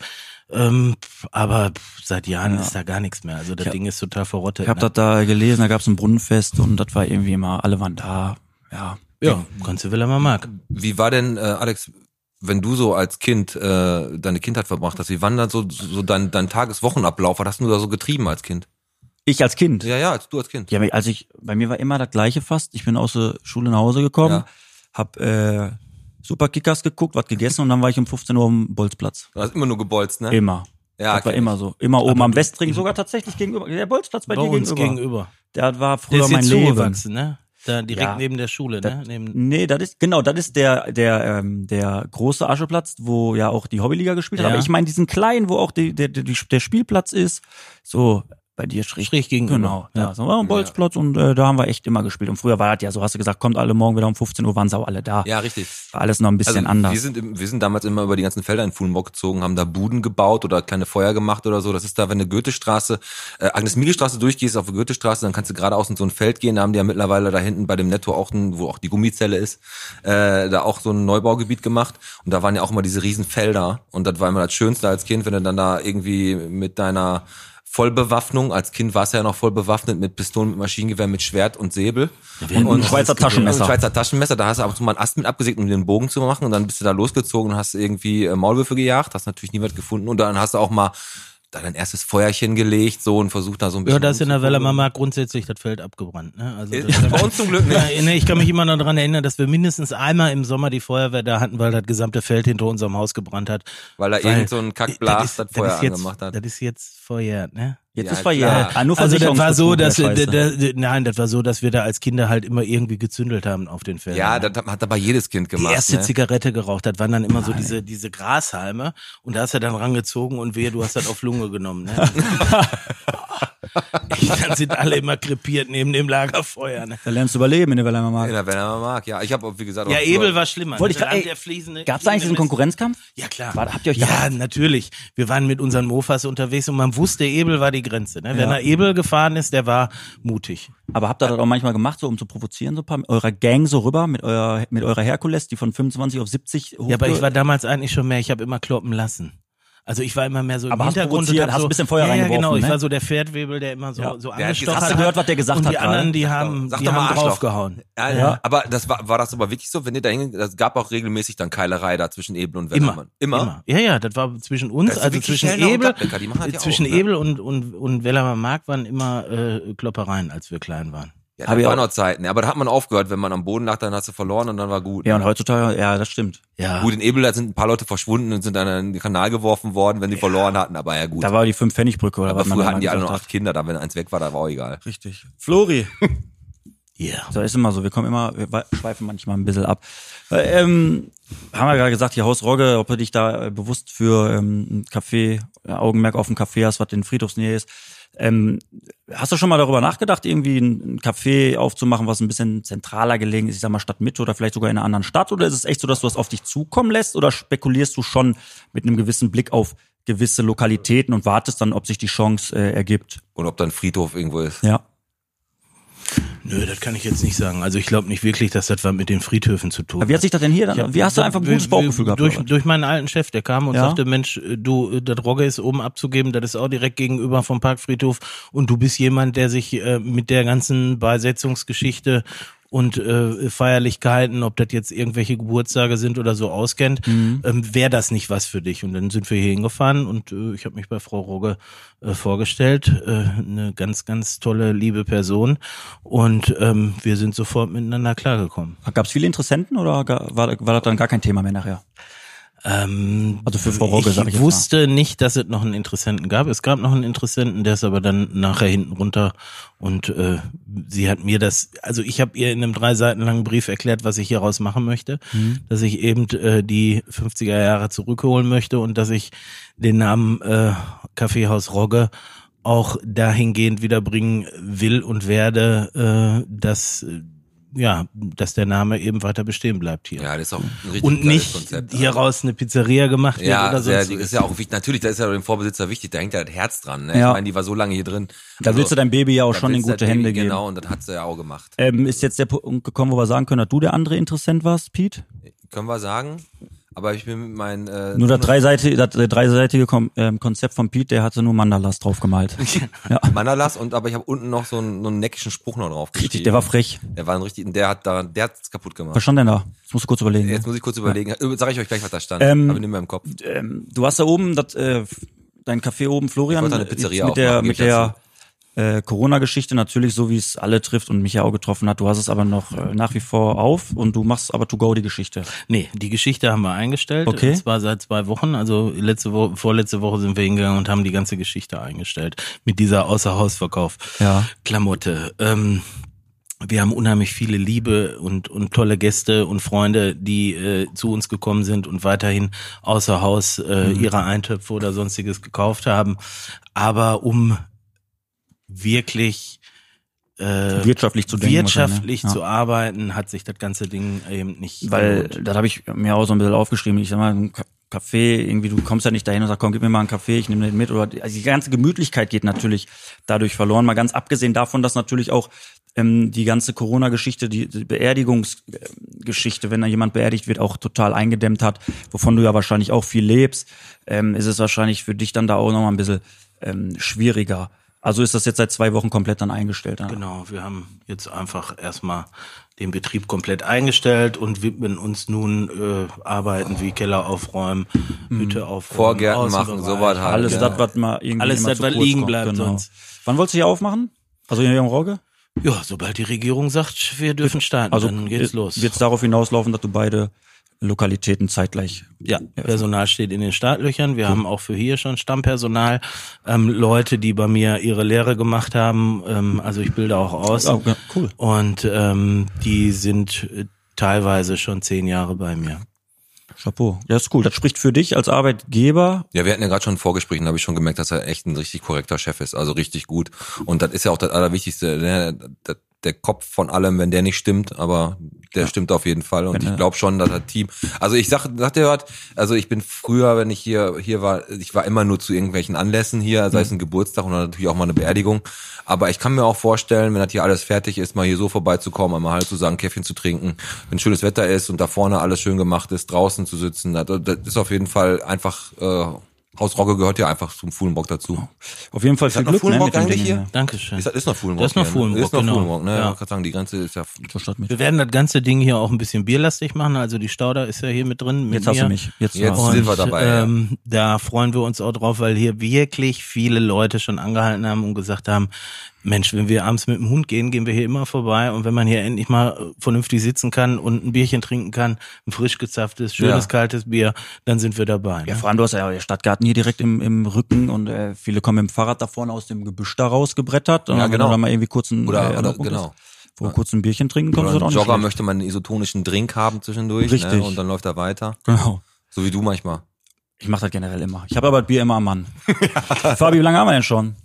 Ähm, aber seit Jahren Ja. ist da gar nichts mehr. Also das Ich hab- Ding ist total verrottet. Ich habe ne? das da gelesen, da gab es ein Brunnenfest und das war irgendwie immer, alle waren da. Ja. ja, kannst du Wilhelm Mark. Wie war denn, äh, Alex, wenn du so als Kind äh, deine Kindheit verbracht hast, wie war denn dann so, so dein, dein Tageswochenablauf? Was hast du da so getrieben als Kind? Ich als Kind. Ja, ja, als du als Kind. Ja, also ich, bei mir war immer das Gleiche fast. Ich bin aus der Schule nach Hause gekommen, Ja. hab äh, Super Kickers geguckt, was gegessen und dann war ich um 15 Uhr am Bolzplatz. Du hast immer nur gebolzt, ne? Immer. Ja, das war kenn immer so. Immer oben am Westring, sogar tatsächlich gegenüber. Der Bolzplatz bei, Bei dir uns gegenüber. gegenüber. Der war Der früher ist mein jetzt Leben. zugewachsen, ne? Da direkt Ja. neben der Schule, ne? Das- Neben, Nee, das ist, genau, das ist der, der, ähm, der große Ascheplatz, wo ja auch die Hobbyliga gespielt hat. Ja. Aber ich meine diesen kleinen, wo auch die, der, der, die- der Spielplatz ist. So, bei dir schräg. Schräg gegenüber. Genau, Ja. da so, war ein Bolzplatz und äh, da haben wir echt immer gespielt. Und früher war das ja so, hast du gesagt, kommt alle morgen wieder um 15 Uhr, waren sau alle da. Ja, richtig. Also War alles noch ein bisschen anders. Wir sind, im- wir sind damals immer über die ganzen Felder in Fulenburg gezogen, haben da Buden gebaut oder kleine Feuer gemacht oder so. Das ist da, wenn du Goethestraße, äh, Agnes-Miegel-Straße durchgehst auf die Goethestraße, dann kannst du geradeaus in so ein Feld gehen. Da haben die ja mittlerweile da hinten bei dem Netto auch, ein, wo auch die Gummizelle ist, äh, da auch so ein Neubaugebiet gemacht. Und da waren ja auch immer diese riesen Felder. Und das war immer das Schönste als Kind, wenn du dann da irgendwie mit deiner Vollbewaffnung, als Kind warst du ja noch voll bewaffnet mit Pistolen, mit Maschinengewehr, mit Schwert und Säbel. hatten ein Schweizer Taschenmesser. Und ein Schweizer Taschenmesser, da hast du ab und zu mal einen Ast mit abgesägt, um den Bogen zu machen und dann bist du da losgezogen und hast irgendwie äh, Maulwürfe gejagt, hast natürlich niemand gefunden und dann hast du auch mal da dein erstes Feuerchen gelegt so und versucht da so ein bisschen... ja, da ist in der Welle rumzugucken. Mama grundsätzlich das Feld abgebrannt, ne? Also Äh, das- Bei uns zum Glück nicht. Ja, ne, ich kann mich immer noch daran erinnern, dass wir mindestens einmal im Sommer die Feuerwehr da hatten, weil das gesamte Feld hinter unserem Haus gebrannt hat. Weil da irgend so ein Kackblas das ist- Feuer ist jetzt, angemacht hat. Das ist jetzt verjährt, ne? Jetzt Ja, ist verjährt. klar. Ah, nur Also das war so, dass Versicherungsbetrug, da, der Scheiße. da, nein, das war so, dass wir da als Kinder halt immer irgendwie gezündelt haben auf den Feldern. Ja, ne? das hat aber jedes Kind die gemacht. erste ne? Zigarette geraucht hat, waren dann immer so diese, diese Grashalme und da hast du dann rangezogen und wehe, du hast das auf Lunge genommen. Ne? Ich- dann sind alle immer krepiert neben dem Lagerfeuer. Ne? Da lernst du überleben in der Welle In Markt. der Welle Mama Mark, ja. Ich habe, wie gesagt... Ja, auch- Ebel war schlimmer. Oh Wollte ich ne? gerade- Land ey, der fließende, Gab's da eigentlich fließende einen Mist. Konkurrenzkampf? Ja, klar. War- habt ihr euch ja, da- natürlich. Wir waren mit unseren Mofas unterwegs und man wusste, Ebel war die Grenze. Ne? Wer Ja. nach Ebel gefahren ist, der war mutig. Aber habt ihr das auch manchmal gemacht, so um zu provozieren, so ein paar mit eurer Gang so rüber, mit eurer, mit eurer Herkules, die von 25 auf 70 hoch. Ja, aber ich war damals eigentlich schon mehr, ich habe immer kloppen lassen. Also ich war immer mehr so im Aber hast Hintergrund provoziert, hab hast so, ein bisschen Feuer ja, ja, reingeworfen, genau, ich ne? war so der Pferdwebel, der immer so Ja. so Der hat angestochert gesagt, hat. hast du gehört, was der gesagt und die hat gerade? anderen, die haben, Sag die doch mal haben Arschloch. draufgehauen. Ja, ja. Aber das war, war das aber wirklich so, wenn ihr da hingeht, das gab auch regelmäßig dann Keilerei da zwischen Ebel und Immer. Wellermann. also Immer? Ja, ja, das war zwischen uns, Das ist also wirklich zwischen Kellner und Ebel, Gladbecker, die machen das ja auch, zwischen ne? Ebel und, und, und Wellermann Mark waren immer äh, Kloppereien, als wir klein waren. Ja, Hab da ich waren auch- noch Zeiten. Ja, aber da hat man aufgehört, wenn man am Boden lag, dann hast du verloren und dann war gut. ne? ja, und heutzutage, ja, das stimmt. Ja. Ah. Gut, in Ebel da sind ein paar Leute verschwunden und sind dann in den Kanal geworfen worden, wenn die verloren hatten, aber ja gut. Da war die 5-Pfennig-Brücke oder aber was man früher immer hatten die alle gesagt noch hat. acht Kinder, da wenn eins weg war, da war auch egal. Richtig. Flori. Ja. So ist immer so, wir kommen immer, wir we- schweifen manchmal ein bisschen ab. Äh, Ähm, haben wir gerade gesagt, hier Haus Rogge, ob du dich da äh, bewusst für ähm, ein Café, äh, Augenmerk auf ein Café hast, was in Friedhofsnähe ist. Ähm, hast du schon mal darüber nachgedacht, irgendwie ein ein Café aufzumachen, was ein bisschen zentraler gelegen ist, ich sag mal Stadtmitte oder vielleicht sogar in einer anderen Stadt? Oder ist es echt so, dass du das auf dich zukommen lässt oder spekulierst du schon mit einem gewissen Blick auf gewisse Lokalitäten und wartest dann, ob sich die Chance äh, ergibt? Und ob dann Friedhof irgendwo ist. Ja. Nö, das kann ich jetzt nicht sagen. Also ich glaube nicht wirklich, dass das was mit den Friedhöfen zu tun Aber wie hat sich das denn hier Ich dann, hab- wie hast du einfach ein gutes wir- Bauchgefühl wir- gehabt? Durch, oder was? durch meinen alten Chef, der kam und Ja? sagte, Mensch, äh, du, äh, das Rogge ist oben abzugeben, das ist auch direkt gegenüber vom Parkfriedhof und du bist jemand, der sich äh, mit der ganzen Beisetzungsgeschichte und äh, Feierlichkeiten, ob das jetzt irgendwelche Geburtstage sind oder so auskennt, Mhm. ähm, wäre das nicht was für dich. Und dann sind wir hier hingefahren und äh, ich habe mich bei Frau Rogge äh, vorgestellt, äh, eine ganz, ganz tolle, liebe Person und ähm, wir sind sofort miteinander klargekommen. Gab es viele Interessenten oder ga- war, war das dann gar kein Thema mehr nachher? Ähm, Also für Frau Rogge, ich sag ich jetzt wusste nicht, dass es noch einen Interessenten gab. Es gab noch einen Interessenten, der ist aber dann nachher hinten runter und äh, sie hat mir das, also ich habe ihr in einem drei Seiten langen Brief erklärt, was ich hieraus machen möchte, Mhm. dass ich eben äh, die 50er Jahre zurückholen möchte und dass ich den Namen äh, Kaffeehaus Rogge auch dahingehend wiederbringen will und werde, äh, dass äh, ja, dass der Name eben weiter bestehen bleibt hier Ja, das ist auch ein richtig und geiles nicht Konzept. ne? hieraus eine Pizzeria gemacht ja, wird oder sehr, sonstiges. ist ja auch wichtig. Natürlich, da ist ja dem Vorbesitzer wichtig, da hängt ja das Herz dran. Ne? Ja. Ich meine, die war so lange hier drin. Also, Da willst du dein Baby ja auch schon in gute Hände geben. Genau, und das hat sie ja auch gemacht. Ähm, ist jetzt der Punkt gekommen, wo wir sagen können, dass du der andere Interessent warst, Pete? Können wir sagen. Aber ich bin mit meinen... Äh, Nur das dreiseitige, das äh, dreiseitige Kom ähm, Konzept von Pete, der hatte nur Mandalas draufgemalt. ja, Mandalas und aber ich habe unten noch so einen, so einen neckischen Spruch noch drauf richtig, der war frech. Der war ein richtig, der hat da, der hat's kaputt gemacht. Was stand denn da? Das musst du kurz überlegen. Jetzt muss ich kurz überlegen. Äh, Sag ich euch gleich, was da stand. Ähm, Aber nicht mehr im Kopf. ähm, du hast da oben das, äh, dein Café oben, Florian, Ich wollte eine äh, Pizzeria jetzt mit der, aufmachen, mit gebe ich der äh, Corona-Geschichte natürlich so, wie es alle trifft und mich ja auch getroffen hat. Du hast es aber noch äh, nach wie vor auf und du machst aber to go die Geschichte. Nee, die Geschichte haben wir eingestellt. Okay. Und zwar seit zwei Wochen. Also letzte Woche, vorletzte Woche sind wir hingegangen und haben die ganze Geschichte eingestellt. Mit dieser Außerhausverkauf. Ja. Klamotte. Ähm, wir haben unheimlich viele Liebe und, und tolle Gäste und Freunde, die äh, zu uns gekommen sind und weiterhin außer Haus äh, Mhm. ihre Eintöpfe oder sonstiges gekauft haben. Aber um wirklich äh, Wirtschaftlich zu denken. wirtschaftlich wahrscheinlich, zu arbeiten, hat sich das ganze Ding eben nicht. ja. Weil gelohnt. das habe ich mir auch so ein bisschen aufgeschrieben. Ich sag mal, ein Ka- Kaffee, irgendwie, du kommst ja nicht dahin und sagst, komm, gib mir mal einen Kaffee, ich nehme den mit. Oder die- also die ganze Gemütlichkeit geht natürlich dadurch verloren. Mal ganz abgesehen davon, dass natürlich auch ähm, die ganze Corona-Geschichte, die, die Beerdigungsgeschichte, wenn da jemand beerdigt wird, auch total eingedämmt hat, wovon du ja wahrscheinlich auch viel lebst, ähm, ist es wahrscheinlich für dich dann da auch nochmal ein bisschen ähm, schwieriger. Also ist das jetzt seit zwei Wochen komplett dann eingestellt. ja? Genau, wir haben jetzt einfach erstmal den Betrieb komplett eingestellt und widmen uns nun äh, Arbeiten wie Keller aufräumen, Hütte aufräumen, Mhm. Vorgärten machen, Außenbereich. sowas halt. Alles Genau. das, was mal irgendwie Alles immer das, zu was kurz liegen kommt, genau. bleibt sonst. Wann wolltest du hier aufmachen? Also hier am Rauge? Ja, sobald die Regierung sagt, wir dürfen starten, Also dann geht's los. Wird es darauf hinauslaufen, dass du beide Lokalitäten zeitgleich. ja, Personal steht in den Startlöchern. Wir haben auch für hier schon Stammpersonal, ähm, Leute, die bei mir ihre Lehre gemacht haben. Ähm, also ich bilde auch aus. Oh, ja, cool. Und ähm, die sind äh, teilweise schon zehn Jahre bei mir. Chapeau. Ja, ist cool. Das spricht für dich als Arbeitgeber. Ja, wir hatten ja gerade schon ein Vorgespräch und da habe ich schon gemerkt, dass er echt ein richtig korrekter Chef ist, also richtig gut. Und das ist ja auch das Allerwichtigste, ne? Das- der Kopf von allem, wenn der nicht stimmt, aber der stimmt auf jeden Fall. Und ich glaube schon, dass das Team. Also ich sag, sag dir was, also ich bin früher, wenn ich hier hier war, ich war immer nur zu irgendwelchen Anlässen hier, Mhm. sei es ein Geburtstag oder natürlich auch mal eine Beerdigung. Aber ich kann mir auch vorstellen, wenn das hier alles fertig ist, mal hier so vorbeizukommen, einmal halt zu sagen, Käffchen zu trinken, wenn schönes Wetter ist und da vorne alles schön gemacht ist, draußen zu sitzen, das, das ist auf jeden Fall einfach. Äh, Haus Rogge gehört ja einfach zum Fuhlenbrock dazu. Auf jeden Fall viel hat noch Glück ne, Fuhlenbrock mit dem eigentlich Ding. hier? ja. Dankeschön. Ist, ist noch Fuhlenbrock. Das ist noch hier, ne? Fuhlenbrock, Ist noch genau. Fuhlenbrock, ne? Ja. Ja. Ich kann sagen, die ganze ist ja. Zur Stadt mit. Wir werden das ganze Ding hier auch ein bisschen bierlastig machen. Also die Stauder ist ja hier mit drin. Mit Jetzt hast mir. du mich. Jetzt, Jetzt war's. sind wir dabei, ja. Ähm, da freuen wir uns auch drauf, weil hier wirklich viele Leute schon angehalten haben und gesagt haben, Mensch, wenn wir abends mit dem Hund gehen, gehen wir hier immer vorbei. Und wenn man hier endlich mal äh, vernünftig sitzen kann und ein Bierchen trinken kann, ein frisch gezapftes, schönes, Ja. kaltes Bier, dann sind wir dabei. Ja, ne? vor allem, du hast ja den Stadtgarten hier direkt im, im Rücken und äh, viele kommen mit dem Fahrrad da vorne aus dem Gebüsch da rausgebrettert. Und Ja, wenn du genau. da mal irgendwie kurz ein, Oder- äh, oder- Erlaubnis- genau. Wo du kurz ein Bierchen trinken Oder kommst, ist ein auch Jogger nicht schlecht. möchte man einen isotonischen Drink haben zwischendurch. Richtig. Ne? Und dann läuft er weiter. Genau. So wie du manchmal. Ich mache das generell immer. Ich habe aber das Bier immer am Mann. Fabi, wie lange haben wir denn schon?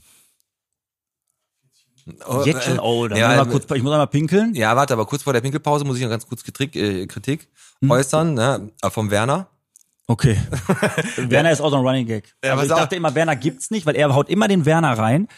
Jetzt schon, oh, dann ja, ja, äh, mal kurz, ich muss einmal pinkeln. Ja, warte, aber kurz vor der Pinkelpause muss ich noch ganz kurz Kritik, äh, Kritik Hm? äußern, ne? Äh, Vom Werner. Okay. Werner ist auch so ein Running Gag. Ja, also ich pass auf. dachte immer, Werner gibt's nicht, weil er haut immer den Werner rein.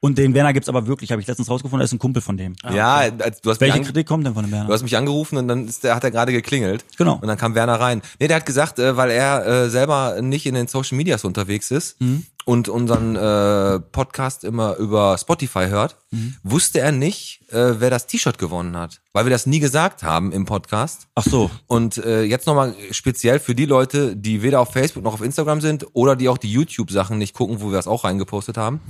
Und den Werner gibt's aber wirklich, habe ich letztens rausgefunden, er ist ein Kumpel von dem. ja, als- du hast mich Ah, Welche ange- Kritik kommt denn von dem Du Werner? hast mich angerufen und dann ist der, hat er gerade geklingelt. Genau. Und dann kam Werner rein. Nee, der hat gesagt, äh, weil er äh, selber nicht in den Social Medias unterwegs ist Hm? und unseren äh, Podcast immer über Spotify hört, Hm? wusste er nicht, äh, wer das T-Shirt gewonnen hat. Weil wir das nie gesagt haben im Podcast. Ach so. Und äh, jetzt nochmal speziell für die Leute, die weder auf Facebook noch auf Instagram sind oder die auch die YouTube-Sachen nicht gucken, wo wir das auch reingepostet haben.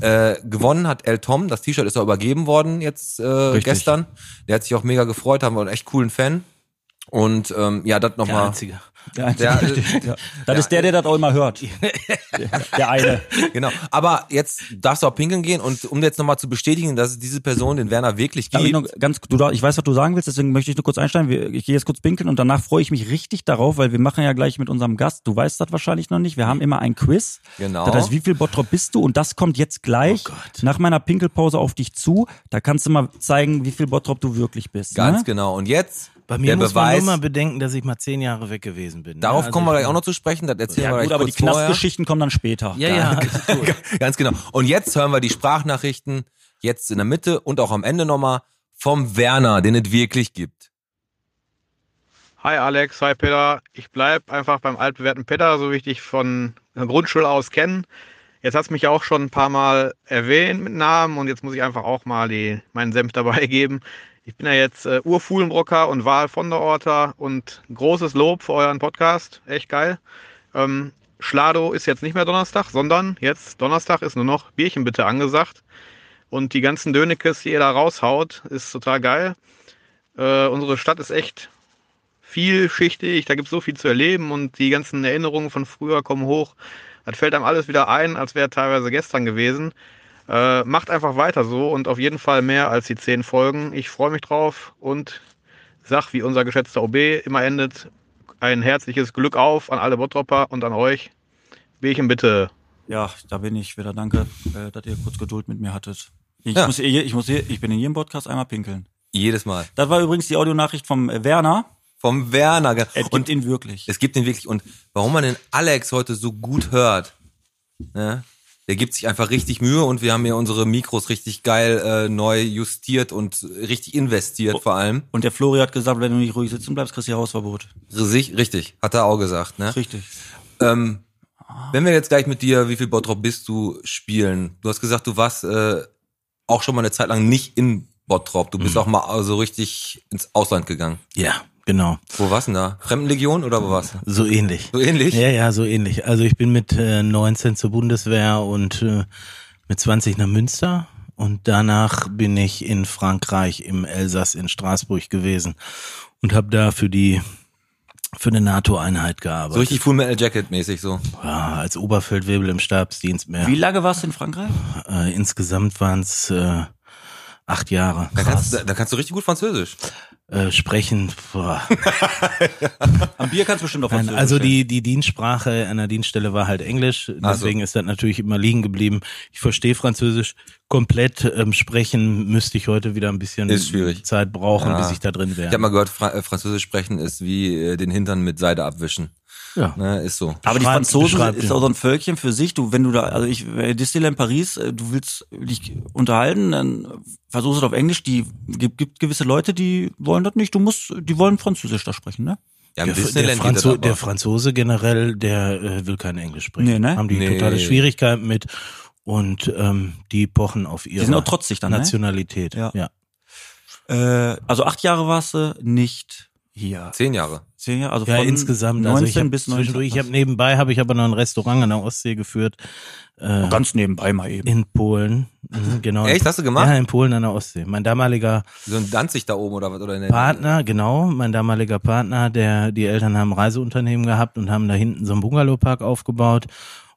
Äh, gewonnen hat El Tom, das T-Shirt ist auch übergeben worden jetzt äh, gestern. Der hat sich auch mega gefreut, haben wir einen echt coolen Fan. Und ähm, ja, das Der nochmal. Einzige. Ja, Der, das äh, ist der, der das auch immer hört. der eine. genau. Aber jetzt darfst du auch pinkeln gehen und um jetzt nochmal zu bestätigen, dass es diese Person, den Werner, wirklich Darf ich, gibt. noch ganz, du, darf- ich weiß, was du sagen willst, deswegen möchte ich nur kurz einsteigen. Wir- Ich gehe jetzt kurz pinkeln und danach freue ich mich richtig darauf, weil wir machen ja gleich mit unserem Gast, du weißt das wahrscheinlich noch nicht, wir haben immer ein Quiz. Genau. Oh Das heißt, wie viel Bottrop bist du? Und das kommt jetzt gleich nach meiner Pinkelpause auf dich zu. Da kannst du mal zeigen, wie viel Bottrop du wirklich bist. Ganz ne? genau. Und jetzt Bei mir der muss Beweis. man nur mal bedenken, dass ich mal zehn Jahre weg gewesen bin. ne? Darauf Also kommen wir ich- gleich auch noch zu sprechen. Das erzählen wir Ja, gleich gut, aber die genau. kurz vorher. Knastgeschichten kommen dann später. Ja, ja, alles gut. Ganz genau. Und jetzt hören wir die Sprachnachrichten, jetzt in der Mitte und auch am Ende nochmal, vom Werner, den es wirklich gibt. Hi Alex, hi Peter. Ich bleibe einfach beim altbewährten Peter, so wie ich dich von der Grundschule aus kenne. Jetzt hast du mich ja auch schon ein paar Mal erwähnt mit Namen und jetzt muss ich einfach auch mal die, meinen Senf dabei geben. Ich bin ja jetzt äh, Urfuhlenbrocker und Wahl von der Orter und großes Lob für euren Podcast. Echt geil. Ähm, Schlado ist jetzt nicht mehr Donnerstag, sondern jetzt Donnerstag ist nur noch Bierchen bitte angesagt. Und die ganzen Dönekes, die ihr da raushaut, ist total geil. Äh, unsere Stadt ist echt vielschichtig, da gibt es so viel zu erleben und die ganzen Erinnerungen von früher kommen hoch. Das fällt einem alles wieder ein, als wäre teilweise gestern gewesen. Äh, macht einfach weiter so und auf jeden Fall mehr als die zehn Folgen. Ich freue mich drauf und sag, wie unser geschätzter OB immer endet, ein herzliches Glück auf an alle Bottropper und an euch. Bierchen bitte. Ja, da bin ich wieder. Danke, äh, dass ihr kurz Geduld mit mir hattet. Ich Ja. muss eh hier, ich muss hier, ich bin in jedem Podcast einmal pinkeln. Jedes Mal. Das war übrigens die Audionachricht vom äh, Werner. Vom Werner. ge- Es gibt Und ihn wirklich. es gibt den wirklich. Und warum man den Alex heute so gut hört, ne? Der gibt sich einfach richtig Mühe und wir haben hier unsere Mikros richtig geil äh, neu justiert und richtig Oh. investiert vor allem. Und der Flori hat gesagt, wenn du nicht ruhig sitzen bleibst, kriegst du Hausverbot. Richtig, richtig, hat er auch gesagt, ne? Richtig. Ähm, wenn wir jetzt gleich mit dir, wie viel Bottrop bist du, spielen? Du hast gesagt, du warst äh, auch schon mal eine Zeit lang nicht in Bottrop. Du Mhm. bist auch mal so richtig ins Ausland gegangen. Ja, genau. Wo warst du denn da? Fremdenlegion oder wo warst du? So ähnlich. So ähnlich? Ja, ja, so ähnlich. Also ich bin mit äh, 19 zur Bundeswehr und äh, mit 20 nach Münster und danach bin ich in Frankreich im Elsass in Straßburg gewesen und habe da für die für eine NATO-Einheit So gearbeitet. richtig Full Metal Jacket mäßig so. ja, als Oberfeldwebel im Stabsdienst mehr. Wie lange warst du in Frankreich? Äh, insgesamt waren es äh, acht Jahre. Da kannst, du- da kannst du richtig gut Französisch. Äh, sprechen. Boah. Am Bier kannst du bestimmt auch Nein, Französisch, also ey. die, die Dienstsprache an der Dienststelle war halt Englisch. Ach so. Deswegen ist das natürlich immer liegen geblieben. Ich verstehe Französisch komplett. Ähm, sprechen müsste ich heute wieder ein bisschen Ist schwierig. Ah. Zeit brauchen, Ja. bis ich da drin Ich habe wäre. mal gehört, Fra äh, Französisch sprechen ist wie äh, den Hintern mit Seide abwischen. Ja. Ne, ist so. Aber die Beschreibt- Franzosen beschreibt ist ihn. auch so ein Völkchen für sich. Du, wenn du da, also ich, äh, Disneyland Paris, äh, du willst dich unterhalten, dann versuchst du das auf Englisch. Die gibt, gibt gewisse Leute, die wollen das nicht. Du musst, die wollen Französisch da sprechen, ne? Ja, Der, im der, Disneyland geht das Franzo aber. der Franzose generell, der äh, will kein Englisch sprechen. Nee, ne? Haben die Nee. totale Schwierigkeiten mit und ähm, die pochen auf ihre sind auch trotzig dann, ne? Nationalität. Ja. ja. Äh, also acht Jahre warst du nicht hier. Zehn Jahre. Zehn Jahre, also Ja, von insgesamt. 19 also ich hab bis zwischendurch, 19. ich habe nebenbei habe ich aber noch ein Restaurant an der Ostsee geführt Oh, ganz nebenbei mal eben. in Polen. Mhm, genau. Echt? Hast du gemacht? Ja, in Polen an der Ostsee. Mein damaliger So ein Danzig da oben oder was? Oder in der- Partner, genau, mein damaliger Partner, der die Eltern haben ein Reiseunternehmen gehabt und haben da hinten so einen Bungalowpark aufgebaut.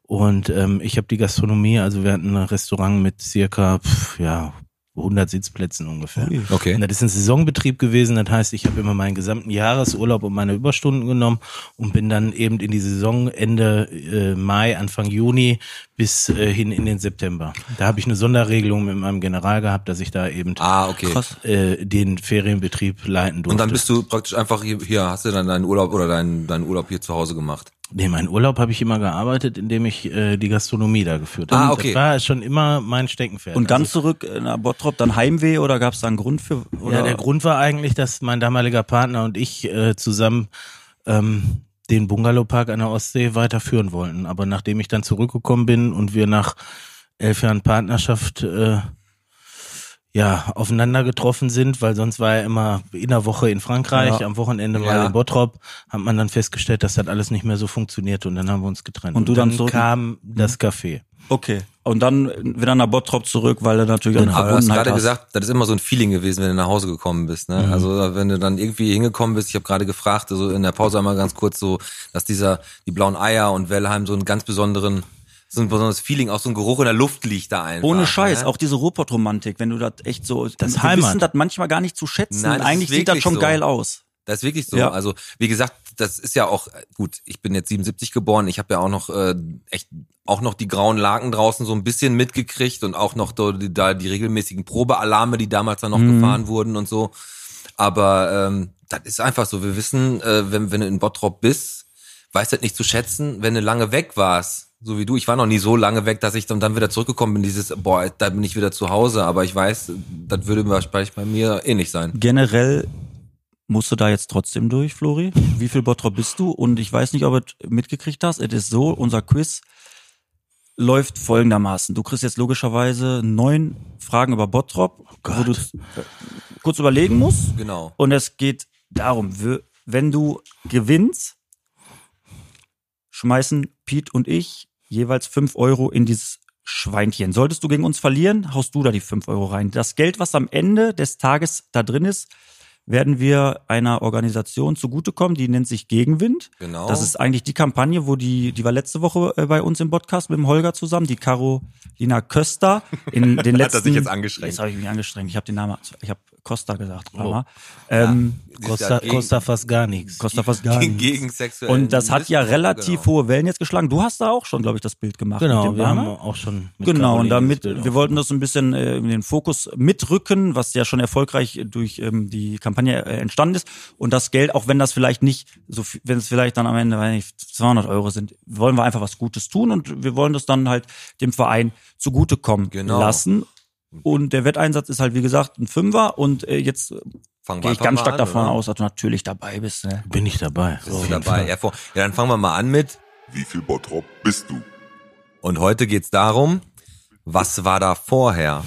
Und ähm, ich habe die Gastronomie, also wir hatten ein Restaurant mit circa pf, ja 100 Sitzplätzen ungefähr. Okay. Und das ist ein Saisonbetrieb gewesen, das heißt, ich habe immer meinen gesamten Jahresurlaub und meine Überstunden genommen und bin dann eben in die Saison Ende äh, Mai, Anfang Juni bis äh, hin in den September. Da habe ich eine Sonderregelung mit meinem General gehabt, dass ich da eben Ah, okay. Krass. äh, den Ferienbetrieb leiten durfte. Und dann bist du praktisch einfach hier, hier hast du dann deinen Urlaub oder deinen, deinen Urlaub hier zu Hause gemacht. Nee, meinen Urlaub habe ich immer gearbeitet, indem ich äh, die Gastronomie da geführt habe. Ah, okay. Das war schon immer mein Steckenpferd. Und ganz Also, zurück nach Bottrop, dann Heimweh oder gab es da einen Grund für? Oder? ja, der Grund war eigentlich, dass mein damaliger Partner und ich äh, zusammen ähm, den Bungalowpark an der Ostsee weiterführen wollten. Aber nachdem ich dann zurückgekommen bin und wir nach elf Jahren Partnerschaft äh, ja aufeinander getroffen sind, weil sonst war er immer in der Woche in Frankreich, Ja. am Wochenende Ja. mal in Bottrop, hat man dann festgestellt, dass das alles nicht mehr so funktionierte und dann haben wir uns getrennt. Und du dann Hm? dann zurück- kam das Café. Okay. Und dann wieder nach Bottrop zurück, weil du natürlich auch Aber eine Genau, du hast Verbundenheit gerade hast. gesagt, das ist immer so ein Feeling gewesen, wenn du nach Hause gekommen bist. Mhm. Ne? Also wenn du dann irgendwie hingekommen bist, ich habe gerade gefragt, also in der Pause einmal ganz kurz so, dass dieser die blauen Eier und Wellheim so einen ganz besonderen, so ein besonderes Feeling, auch so ein Geruch in der Luft liegt da einfach. Ohne Scheiß, ne? auch diese Ruhrpott-Romantik, wenn du das echt so, das wir Heimat. wissen das manchmal gar nicht zu schätzen. Nein, das Eigentlich ist sieht das wirklich schon so. geil aus. Das ist wirklich so. Ja. Also, wie gesagt, das ist ja auch, gut, ich bin jetzt 77 geboren, ich habe ja auch noch äh, echt auch noch die grauen Laken draußen so ein bisschen mitgekriegt und auch noch da die, da die regelmäßigen Probealarme, die damals dann noch gefahren wurden und so. Aber ähm, das ist einfach so. Wir wissen, äh, wenn, wenn du in Bottrop bist, weißt du das nicht zu schätzen, wenn du lange weg warst. So wie du, ich war noch nie so lange weg, dass ich dann, dann wieder zurückgekommen bin, dieses, boah, da bin ich wieder zu Hause, aber ich weiß, das würde wahrscheinlich bei mir ähnlich sein. Generell musst du da jetzt trotzdem durch, Flori. Wie viel Bottrop bist du? Und ich weiß nicht, ob du es mitgekriegt hast. Es ist so, unser Quiz läuft folgendermaßen. Du kriegst jetzt logischerweise neun Fragen über Bottrop, Oh wo du äh, kurz überlegen musst. Genau. Und es geht darum, wir- wenn du gewinnst, schmeißen Pete und ich jeweils 5 Euro in dieses Schweinchen. Solltest du gegen uns verlieren, haust du da die 5 Euro rein. Das Geld, was am Ende des Tages da drin ist, werden wir einer Organisation zugutekommen, die nennt sich Gegenwind. Genau. Das ist eigentlich die Kampagne, wo die, die war letzte Woche äh, bei uns im Podcast mit dem Holger zusammen, die Carolina Köster in den letzten. er sich jetzt angestrengt. Jetzt habe ich mich angestrengt. Ich habe den Namen, ich habe Costa gesagt. Oh. Ähm, Costa, Costa fast gar nichts. Costa fast gar gegen, nicht. gegen sexuellen Und das hat ja Missbrauch, relativ Äh, genau. hohe Wellen jetzt geschlagen. Du hast da auch schon, glaube ich, das Bild gemacht. mit Genau, dem wir haben Namen. auch schon. mit Genau, und Caroline damit, das Bild wir auch. wollten das so ein bisschen äh, in den Fokus mitrücken, was ja schon erfolgreich äh, durch ähm, die Kampagne äh, entstanden ist. Und das Geld, auch wenn das vielleicht nicht, so viel- wenn es vielleicht dann am Ende weiß nicht, 200 Euro sind, wollen wir einfach was Gutes tun und wir wollen das dann halt dem Verein zugutekommen Genau. lassen. Und der Wetteinsatz ist halt, wie gesagt, ein Fünfer und äh, jetzt Fangen wir gehe ich einfach ganz mal ne? stark an, davon oder? aus, dass du natürlich dabei bist. Ne? Bin ich dabei. Bist du dabei? Ja, vor- ja, dann fangen wir mal an mit. Wie viel Bottrop bist du? Und heute geht's darum, was war da vorher?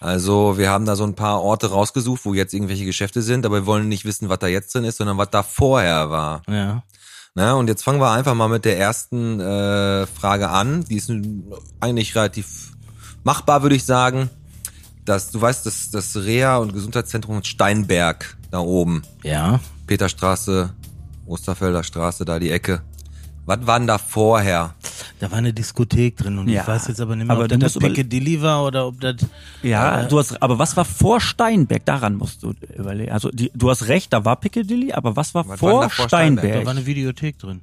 Also wir haben da so ein paar Orte rausgesucht, wo jetzt irgendwelche Geschäfte sind, aber wir wollen nicht wissen, was da jetzt drin ist, sondern was da vorher war. Ja. Na, und jetzt fangen wir einfach mal mit der ersten äh, Frage an. Die ist nun eigentlich relativ machbar, würde ich sagen. Das, du weißt, das, das Reha- und Gesundheitszentrum Steinberg da oben. Ja. Peterstraße, Osterfelder Straße, da die Ecke. Was war denn da vorher? Da war eine Diskothek drin und Ja. ich weiß jetzt aber nicht mehr, Aber ob du das das musst überle- Piccadilly war oder ob das. Ja, Äh, du hast, aber was war vor Steinberg? Daran musst du überlegen. Also die, du hast recht, da war Piccadilly, aber was war Was vor war denn da vor Steinberg? Steinberg? Da war eine Videothek drin.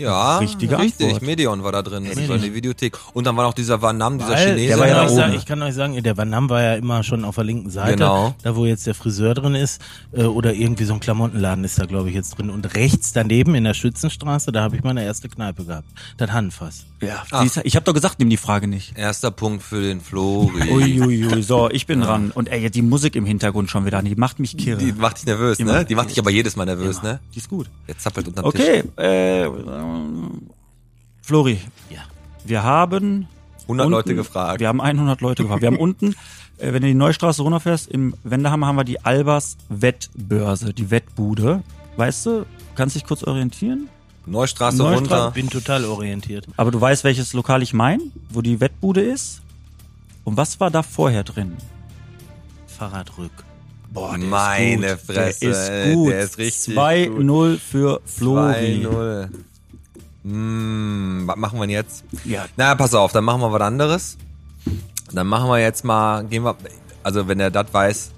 Ja, Richtige richtig. Antwort. Medion war da drin. Das Medion. war eine Videothek. Und dann war noch dieser Van Nam, dieser Weil, Chinese. ich der war kann ja euch da sagen, oben. ich kann euch sagen, der Van Nam war ja immer schon auf der linken Seite, Genau. da wo jetzt der Friseur drin ist, äh, oder irgendwie so ein Klamottenladen ist da, glaube ich, jetzt drin. Und rechts daneben in der Schützenstraße, da habe ich meine erste Kneipe gehabt. Das Hanfass. ja, Ach. siehst du, ich habe doch gesagt, nimm die Frage nicht. Erster Punkt für den Flori. Uiuiui, so, ich bin dran. Und ey, die Musik im Hintergrund schon wieder, die macht mich kirre. Die Die, macht dich nervös, ne? macht- Die macht dich aber jedes Mal nervös, ne? ist gut. Der zappelt unterm Tisch. Okay, äh, ähm, Flori, Ja. wir haben 100 unten, Leute gefragt. Wir haben 100 Leute gefragt. Wir haben unten, äh, wenn du die Neustraße runterfährst, im Wendehammer haben wir die Albers Wettbörse, die Wettbude. Weißt du, kannst dich kurz orientieren? Neustraße Neustraße, runter. Bin total orientiert. Aber du weißt, welches Lokal ich meine, wo die Wettbude ist. Und was war da vorher drin? Fahrradrück. Boah, Meine Gut, Fresse. Der ey, ist gut. Der ist richtig. 2-0. 2-0 für Flori. 2-0. Hm, was machen wir denn jetzt? Ja. Na, pass auf, dann machen wir was anderes. Dann machen wir jetzt mal, gehen wir, also wenn er das weiß,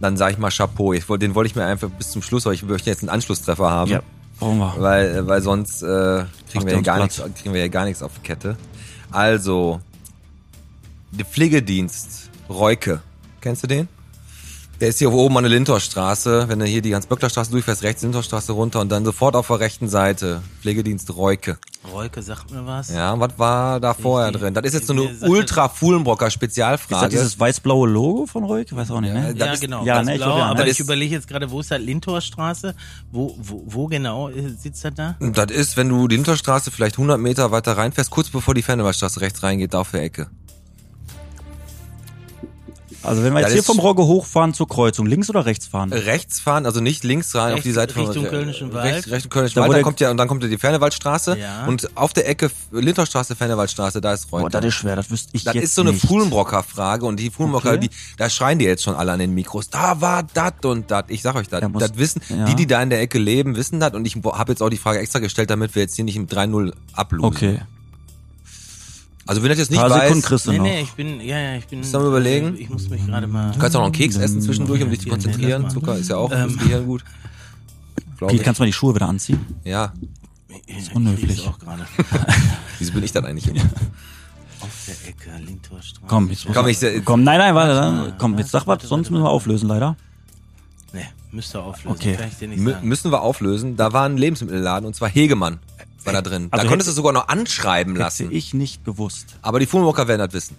dann sage ich mal Chapeau. Ich, wollt- den wollte ich mir einfach bis zum Schluss, aber ich möchte jetzt einen Anschlusstreffer haben. ja, brauchen wir. Weil, weil sonst äh, kriegen, Macht wir ja uns gar Platz. nichts, kriegen wir ja gar nichts auf die Kette. Also, der Pflegedienst Reuke. Kennst du den? Der ist hier oben an der Lindtorstraße. Wenn du hier die Hans-Böckler-Straße durchfährst, rechts Lindtorstraße runter und dann sofort auf der rechten Seite. Pflegedienst Reuke. Reuke sagt mir was. Ja, was war da vorher drin? Das ist jetzt so eine Mir sagt ultra fuhlenbrocker Ist das Spezialfrage. dieses weiß-blaue Logo von Reuke? Weiß auch nicht, ne? das Ja, ist- genau. ja, ganz ne, ich blau, glaub, ja, ne? aber Das ist- ich überlege jetzt gerade, wo ist das? Lindtorstraße? Wo, wo, wo genau äh, sitzt er da? Und das ist, wenn du die Lindtorstraße vielleicht 100 Meter weiter reinfährst, kurz bevor die Fernwehstraße rechts reingeht, da auf der Ecke. Also wenn wir Das jetzt hier ist- vom Rogge hochfahren zur Kreuzung, links oder rechts fahren? rechts fahren, also nicht links rein auf die Rechts- Seite von Richtung Kölnischen Wald. Rechts, Richtung Kölnischen Da Wald, wurde- dann kommt ja und dann kommt ja die Fernewaldstraße Ja. und auf der Ecke Linterstraße, Fernewaldstraße, da ist Reuter. Boah, das ist schwer, das wüsste ich das jetzt ist so eine nicht. Fuhlenbrocker-Frage und die Fuhlenbrocker, Okay. die, da schreien die jetzt schon alle an den Mikros, da war dat und dat. Ich sag euch das. Da muss- das wissen, ja. die, die da in der Ecke leben, wissen das und ich habe jetzt auch die Frage extra gestellt, damit wir jetzt hier nicht im 3-0 ablosen. Okay, Also wenn das jetzt nicht paar Sekunden weiß, kriegst du Nee, noch. nee, ich bin, ja, ja, ich bin. du am Überlegen? Ich muss mich gerade mal. du kannst auch noch einen Keks essen zwischendurch, um dich zu Nee, nee, lass konzentrieren. mal. Zucker ist ja auch Ähm. fürs Gehirn gut. Glaub Pete, ich. kannst du mal die Schuhe wieder anziehen? Ja, Ist unhöflich. auch gerade. wieso bin ich dann eigentlich immer? Auf der Ecke, Lindtorstraße. Komm, ich, Komm, ich, komm, nein, nein, warte, dann, komm, jetzt sag was, sonst müssen wir auflösen, leider. Nee, müsst ihr auflösen. Okay. Kann ich dir nicht Mü sagen. müssen wir auflösen. Da war ein Lebensmittelladen und zwar Hegemann war da drin. Also da konntest hätte- du es sogar noch anschreiben Hätte lassen. ich nicht gewusst. Aber die Fuhrwalker werden das wissen.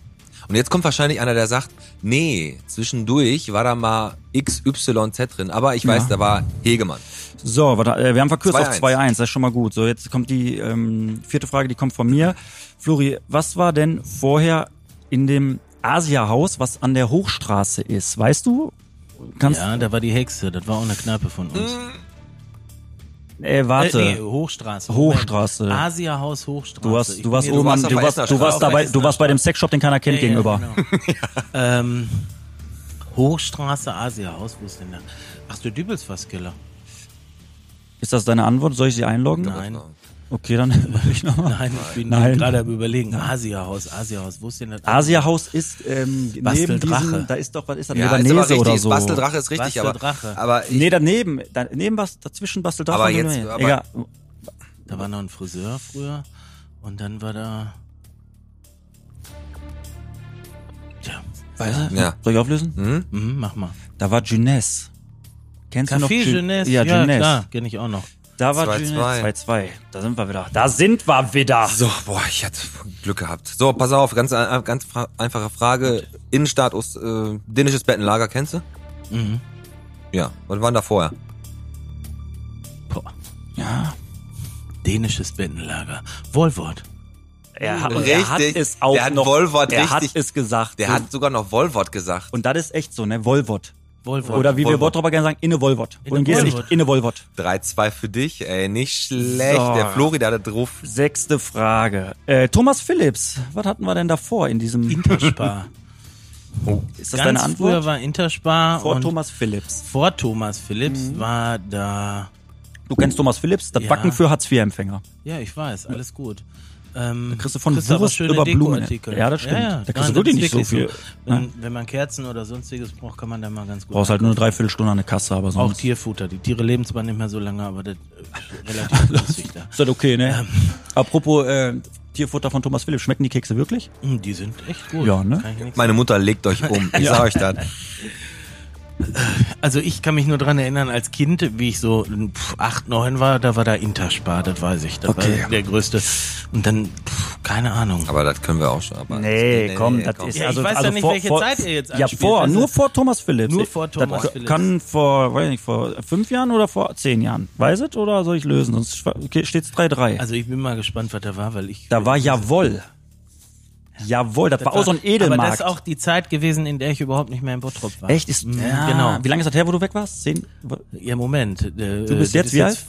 Und jetzt kommt wahrscheinlich einer, der sagt, nee, zwischendurch war da mal XYZ drin. Aber ich weiß, Ja. da war Hegemann. So, warte, äh, wir haben verkürzt auf 2-1. 2-1, das ist schon mal gut. So, jetzt kommt die ähm, vierte Frage, die kommt von mir. Flori, was war denn vorher in dem Asia-Haus, was an der Hochstraße ist? Weißt du? Kannst Ja, da war die Hexe, das war auch eine Kneipe von uns. Äh, warte. Äh, nee, Hochstraße. Hochstraße. Moment. Asiahaus Hochstraße. Du warst, Ich du bin warst hier- oben am, warst du auf warst, der du warst Essener dabei, Straße. du warst bei dem Sexshop, den keiner kennt, Ja, ja, gegenüber. genau. ähm, Hochstraße, Asiahaus, wo ist denn da? Ach, du Dübelsfasskiller. Ist das deine Antwort? Soll ich sie einloggen? Nein. Okay, dann überlege ich nochmal. Nein, ich bin Nein. Ah. gerade am überlegen. Asiahaus, Asiahaus, wo ist denn das? Asiahaus ist ähm, neben Basteldrache. diesem, da ist doch, was ist das, Ja, ist aber Libanese richtig, oder so. Basteldrache ist richtig, aber, Basteldrache. aber ich, Nee, daneben, daneben was, dazwischen Basteldrache. Aber und jetzt- daneben- aber- Egal. Da war noch ein Friseur früher und dann war da. Tja, Weiß er? Ja. Hm? Soll ich auflösen? mhm, mach mal. Da war Jeunesse. Kennst du noch Café Ju- Jeunesse, Ja, Jeunesse. klar, kenne ich auch noch. Da war 2-2. Jeunesse. 2-2. Da sind wir wieder. Da sind wir wieder. So, boah, ich hatte Glück gehabt. So, pass auf, ganz, ein- ganz fra- einfache Frage. Innenstadt, Ost, äh, dänisches Bettenlager, kennst du? Mhm. Ja, was waren da vorher? Boah. Ja. Dänisches Bettenlager. Wohlwort. Er, hat- Richtig. er hat es auch Der hat noch. Wolwort er hat richtig- es gesagt. Der hat sogar noch Wolwort gesagt. Und das ist echt so, ne? Volvot. Wohlwort. Oder wie wir Volvot. Bottroper gerne sagen, inne Volvot. Inne Und gehst nicht Volvot. inne Volvot. 3-2 für dich, ey, nicht schlecht. So. Der Florida, der drauf. Sechste Frage. Äh, Thomas Phillips, was hatten wir denn davor in diesem... Interspar. ist das Oh. Ganz deine Antwort? früher war Interspar Vor und Thomas Mhm. Phillips. vor Thomas Philips war da. Du kennst Thomas Phillips, das Ja. Backen für Hartz-IV-Empfänger. ja, ich weiß, alles gut. Ähm, kriegst du von kriegst du aber Wurst schöne über Blumen. Dekoartikel. Ja, das stimmt. Da kriegst du das wirklich ist nicht so wirklich viel. Wenn, wenn man Kerzen oder sonstiges braucht, kann man da mal ganz gut. Brauchst halt nur eine Dreiviertelstunde an der Kasse, aber auch sonst... Tierfutter. Die Tiere leben zwar nicht mehr so lange, aber das ist relativ günstig da. Ist das okay, Ähm. ne? Apropos äh, Tierfutter von Thomas Philipp, schmecken die Kekse wirklich? Hm, Die sind echt gut. Ja, ne? Kann ich nichts- Meine Mutter legt euch um. Ich sag euch das. Also ich kann mich nur dran erinnern, als Kind, wie ich so pff, acht, neun war, da war da Interspar, das weiß ich. Das Okay. war der größte. Und dann, pff, keine Ahnung. Aber das können wir auch schon. Aber Ja, ich also, weiß ja nicht, welche Zeit ihr jetzt Ja, anspielt. vor, Also- nur vor Thomas Phillips. Nur vor Thomas das k- Phillips. kann vor, weiß ich nicht, vor fünf Jahren oder vor zehn Jahren. Weiß es oder soll ich lösen? Sonst schwa- okay, steht's 3-3. Also ich bin mal gespannt, was da war, weil ich... da war Jawoll. Jawoll, das, war auch so ein Edelmarkt. Aber das ist auch die Zeit gewesen, in der ich überhaupt nicht mehr in Bottrop war. Echt? Ist, Mhm, ja. Genau. Wie lange ist das her, wo du weg warst? Zehn? Ja, Moment. äh, Du bist jetzt wie alt?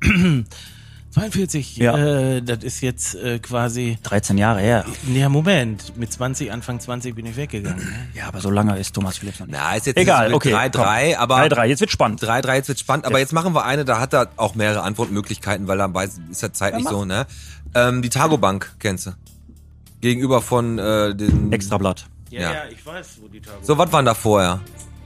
42. Ja. Äh, das ist jetzt äh, quasi... 13 Jahre her. Ja, Moment. Mit 20, Anfang 20 bin ich weggegangen. Ne? Ja, aber so lange ist Thomas Phillips noch nicht. Na, ist jetzt Egal, nicht so okay. mit 3-3, komm. aber 3-3, jetzt wird spannend. 3-3, jetzt wird spannend, aber jetzt machen wir eine, da hat er auch mehrere Antwortmöglichkeiten, weil dann weiß, ist ja zeitlich so, ne? Ähm, die Targo Bank kennst du. Gegenüber von äh, den. Extrablatt. Ja. ich weiß, wo die Tage... So, was waren da vorher?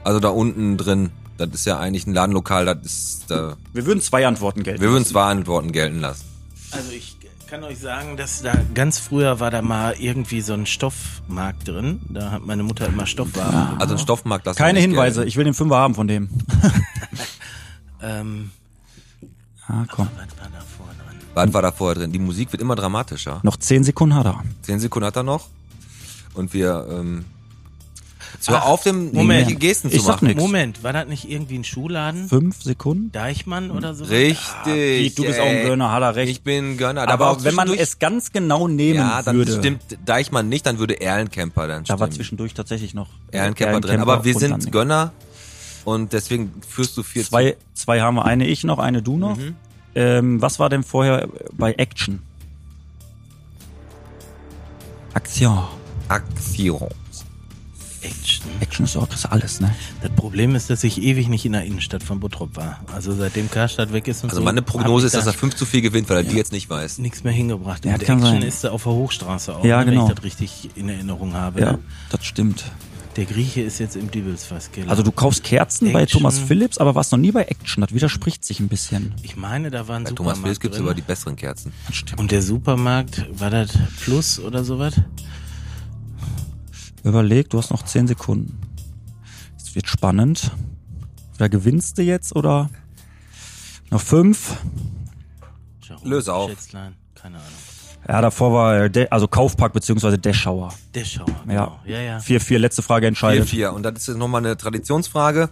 Also da unten drin. Das ist ja eigentlich ein Ladenlokal, das ist. Äh, Wir würden zwei Antworten gelten. wir würden zwar Antworten gelten lassen. Also ich kann euch sagen, dass da ganz früher war da mal irgendwie so ein Stoffmarkt drin. Da hat meine Mutter immer Stoffwaren. Also ein Stoffmarkt lassen wir Keine nicht Hinweise, gelten. ich will den Fünfer haben von dem. Ähm, Ah, komm. was war da vorne drin? Was war da vorher drin? Die Musik wird immer dramatischer. Noch zehn Sekunden hat er. Zehn Sekunden hat er noch. Und wir. Ähm, jetzt hör auf, dem Moment. irgendwelche Gesten Ich zu sag machen. nix. Moment, war das nicht irgendwie ein Schuhladen? Fünf Sekunden? Deichmann oder so? Richtig. du bist auch ein ey. Gönner, hat er recht. äh, Ich bin ein Gönner. Da aber war auch wenn man zwischendurch- es ganz genau nehmen Ja, dann würde, stimmt Deichmann nicht, dann würde Erlenkemper dann da war stimmen. zwischendurch tatsächlich noch äh, Erlenkemper drin. Erlenkemper Aber wir und dann- sind Gönner und deswegen führst du 4 Zwei, zwei haben wir, eine ich noch, eine du noch. Mhm. Ähm, was war denn vorher bei Action? Aktion. zu Aktion. Action. Action ist auch das ist alles, ne? Das Problem ist, dass ich ewig nicht in der Innenstadt von Bottrop war. Also seitdem Karstadt weg ist und Also so, meine Prognose ist, hab ich dass er 5 zu viel gewinnt, weil er die jetzt nicht weiß. nichts mehr hingebracht. Ja, Und das kann Action sein. ist da auf der Hochstraße auch, Ja, ne, genau. wenn ich das richtig in Erinnerung habe. Ja, ne? das stimmt. Der Grieche ist jetzt im Dübelsfasskiller. Also du kaufst Kerzen bei Action. Thomas Phillips, aber warst noch nie bei Action. Das widerspricht sich ein bisschen. ich meine, da war ein Bei Supermarkt Thomas Wills gibt es drin. aber die besseren Kerzen. Das stimmt. Und der Supermarkt, war das Plus oder sowas? Überleg, du hast noch 10 Sekunden. Es wird spannend. Oder gewinnst du jetzt oder noch 5? Jerome Löse auf. Schätzlein, keine Ahnung. Ja, davor war äh, De also Kaufpark beziehungsweise Deschauer. Der Schauer. Ja. Genau. Ja, ja. 4-4, letzte Frage 4 entscheidet. 4 und das ist jetzt nochmal eine Traditionsfrage.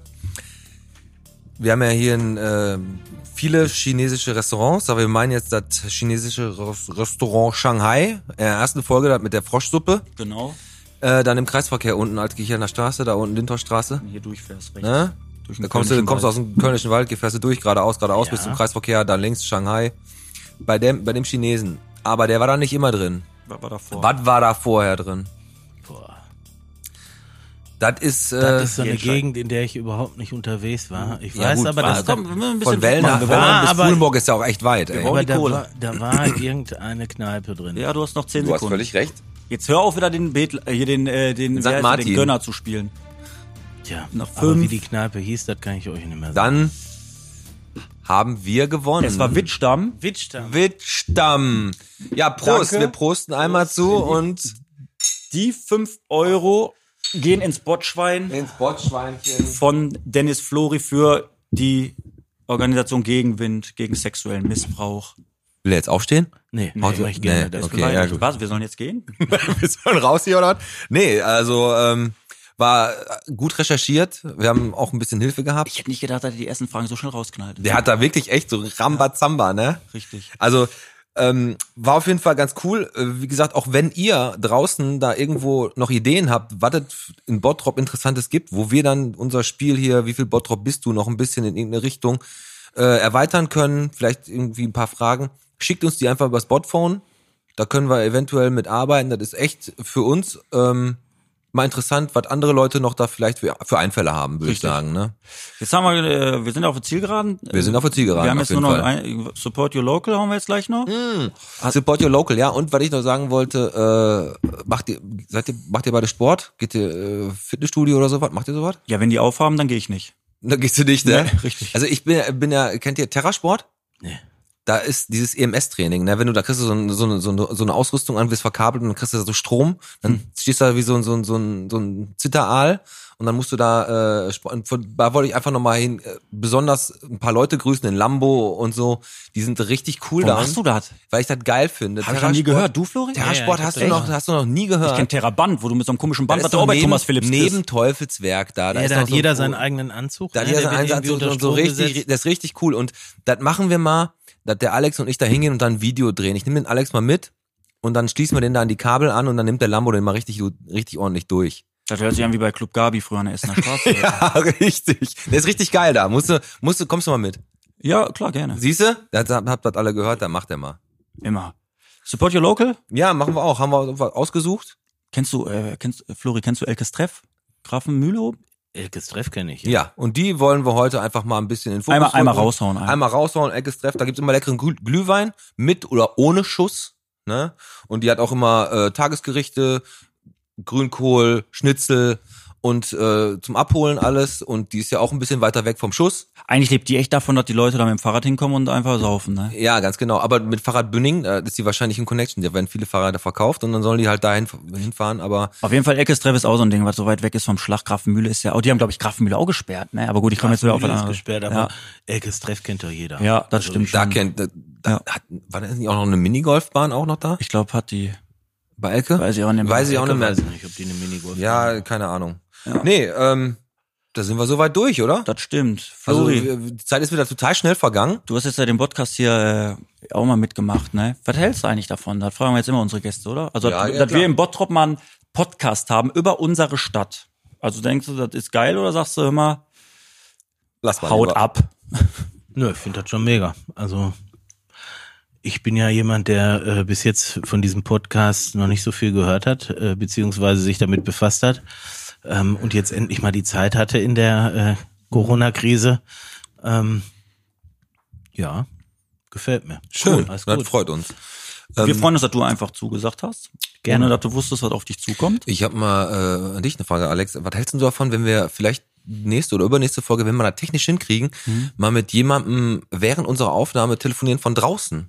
Wir haben ja hier in, ähm, viele chinesische Restaurants, aber wir meinen jetzt das chinesische Res- Restaurant Shanghai. In der ersten Folge das mit der Froschsuppe. Genau. Äh, dann im Kreisverkehr unten, als Kirchener Straße, da unten Lindhorststraße. Hier durchfährst, rechts. Ne? Durch den Da kommst du Kölnischen kommst du Wald. aus dem Kölnischen Wald, gefährst du durch, geradeaus, geradeaus bis Ja. zum Kreisverkehr, dann links Shanghai. Bei dem, bei dem Chinesen. Aber der war da nicht immer drin. Was war davor? Was war da vorher drin? Boah. Das ist, äh, Das ist so eine Jenscheid. Gegend, in der ich überhaupt nicht unterwegs war. Ich Ja, weiß gut, aber, das also kommt wir müssen ein bisschen von Wellner, wegmachen. Wellner bis aber, Kuhlenburg ist ja auch echt weit. Ey. aber brauchen die da, Kohle. war, da war irgendeine Kneipe drin. Ja, du hast noch 10 Du hast Sekunden. völlig recht. Jetzt hör auf, wieder den Bet, äh, hier den, äh, den, St. wer heißt der, den Martin. Gönner zu spielen. Tja, Noch aber wie fünf. die Kneipe hieß, das kann ich euch nicht mehr sagen. Dann haben wir gewonnen. Es war Wittstamm. Wittstamm. Wittstamm. Ja, Prost. Danke. Wir prosten einmal zu und Die 5 Euro gehen ins Botschwein ins Botschweinchen. von Dennis Flori für die Organisation Gegenwind gegen sexuellen Missbrauch. Will er jetzt aufstehen? Nee, nee, Haut- mach ich gerne. nee, das okay, ja, gut. Was, wir sollen jetzt gehen? wir sollen raus hier oder was? Nee, also ähm, war gut recherchiert. Wir haben auch ein bisschen Hilfe gehabt. Ich hätte nicht gedacht, dass er die ersten Fragen so schnell rausknallt. Der hat da wirklich echt so Rambazamba, ne? Richtig. Also ähm, war auf jeden Fall ganz cool. Äh, Wie gesagt, auch wenn ihr draußen da irgendwo noch Ideen habt, was es in Bottrop Interessantes gibt, wo wir dann unser Spiel hier, wie viel Bottrop bist du, noch ein bisschen in irgendeine Richtung äh, erweitern können, vielleicht irgendwie ein paar Fragen, schickt uns die einfach übers Botphone. Da können wir eventuell mit arbeiten. Das ist echt für uns ähm, mal interessant, was andere Leute noch da vielleicht für, für Einfälle haben, würde ich Richtig. sagen. Ne? Jetzt haben wir, äh, wir sind auf der Zielgeraden. Wir sind auf der Zielgeraden, Wir haben auf jetzt nur jeden noch Fall. ein, äh, Support Your Local haben wir jetzt gleich noch. Support your local, ja. Und was ich noch sagen wollte, äh, macht ihr, seid ihr, macht ihr beide Sport? Geht ihr äh, Fitnessstudio oder sowas? Macht ihr sowas? Ja, wenn die aufhaben, dann gehe ich nicht. Da gehst du nicht, ne? Nee, richtig. Also ich bin, bin ja, kennt ihr Terrasport? Nee. Da ist dieses EMS-Training, ne? Wenn du da kriegst du so, ein- so, eine, so, eine, so eine Ausrüstung an, wirst verkabelt und dann kriegst du da so Strom, dann stehst du da wie so ein, so ein, so ein, so ein Zitteraal und dann musst du da, äh, Sport- und von, da wollte ich einfach nochmal hin, äh, besonders ein paar Leute grüßen in Lambo und so, die sind richtig cool Warum da, machst du das? weil ich das geil finde. Hab ich noch nie Terrasport- gehört. Du, Flori? Terrasport Ja, ja, hast, du echt? noch, hast du noch nie gehört. Ich kenne Terraband, wo du mit so einem komischen Da Band, was ist du doch auch bei neben, Thomas Philips kriegst. Neben Teufelswerk da. da Ja, ist da noch hat so ein jeder Pro- seinen eigenen Anzug. Da hat ne? jeder Der seinen wird Einsatz irgendwie und, unter und so Strom richtig, gesetzt. das ist richtig cool. Und das machen wir mal, dass der Alex und ich da hingehen und dann ein Video drehen. Ich nehme den Alex mal mit und dann schließen wir den da an die Kabel an und dann nimmt der Lambo den mal richtig, richtig ordentlich durch. Das hört sich an wie bei Club Gabi früher an der Essener Straße. Ja, richtig. Der ist richtig geil da. Musst du, musst du, kommst du mal mit. ja, klar, gerne. Siehst du? Das habt habt das alle gehört, dann macht er mal. Immer. Support Your Local? Ja, machen wir auch. Haben wir was ausgesucht? Kennst du, äh, kennst, äh, Flori, kennst du Elkes Treff? Grafenmühle oben? Elkes Treff kenne ich. Ja. und die wollen wir heute einfach mal ein bisschen in den Fokus Einmal, einmal rücken. raushauen. Einmal. Einmal raushauen, Eckes Treff, da gibt's immer leckeren Glüh- Glühwein mit oder ohne Schuss. Ne? Und die hat auch immer äh, Tagesgerichte, Grünkohl, Schnitzel und äh, zum Abholen alles. Und die ist ja auch ein bisschen weiter weg vom Schuss. Eigentlich lebt die echt davon, dass die Leute da mit dem Fahrrad hinkommen und einfach saufen, ne? Ja, ganz genau. Aber mit Fahrrad Bünning äh, ist die wahrscheinlich in Connection. Da werden viele Fahrräder verkauft und dann sollen die halt dahin hinfahren. Aber Auf jeden Fall, Elkes Treff ist auch so ein Ding, was so weit weg ist vom Schlag. Grafenmühle ist ja auch, die haben, glaube ich, Grafenmühle auch gesperrt, ne? Aber gut, ich komme jetzt wieder auf Mühle was ist anderes. gesperrt, aber Elkes Treff kennt doch jeder. ja. ja, das stimmt also da schon. kennt, da, da hat, war da nicht auch noch eine Minigolfbahn auch noch da? Ich glaube, hat die, Bei Elke? weiß ich auch nicht mehr. Weiß ich auch Ich nicht mehr. weiß nicht, ob die eine Minigolf Ja, haben. keine Ahnung. Nee, ähm, da sind wir soweit durch, oder? Das stimmt. Also Flori, wir- die Zeit ist wieder total schnell vergangen. du hast jetzt ja den Podcast hier äh, auch mal mitgemacht, ne? Was hältst du eigentlich davon? Das fragen wir jetzt immer unsere Gäste, oder? Also, Ja, dass, ja, dass klar. wir im Bottrop mal einen Podcast haben über unsere Stadt. Also denkst du, das ist geil oder sagst du immer, Lass mal. haut lieber. ab? Nö, ich finde das schon mega. Also ich bin ja jemand, der äh, bis jetzt von diesem Podcast noch nicht so viel gehört hat, äh, beziehungsweise sich damit befasst hat ähm, und jetzt endlich mal die Zeit hatte in der äh, Corona-Krise. Ähm, ja, gefällt mir. Schön, Cool, alles das gut. freut uns. Ähm, wir freuen uns, dass du einfach zugesagt hast. Gerne. Gerne, dass du wusstest, was auf dich zukommt. Ich habe mal äh, an dich eine Frage, Alex. Was hältst du davon, wenn wir vielleicht nächste oder übernächste Folge, wenn wir da technisch hinkriegen, Mhm. mal mit jemandem während unserer Aufnahme telefonieren von draußen?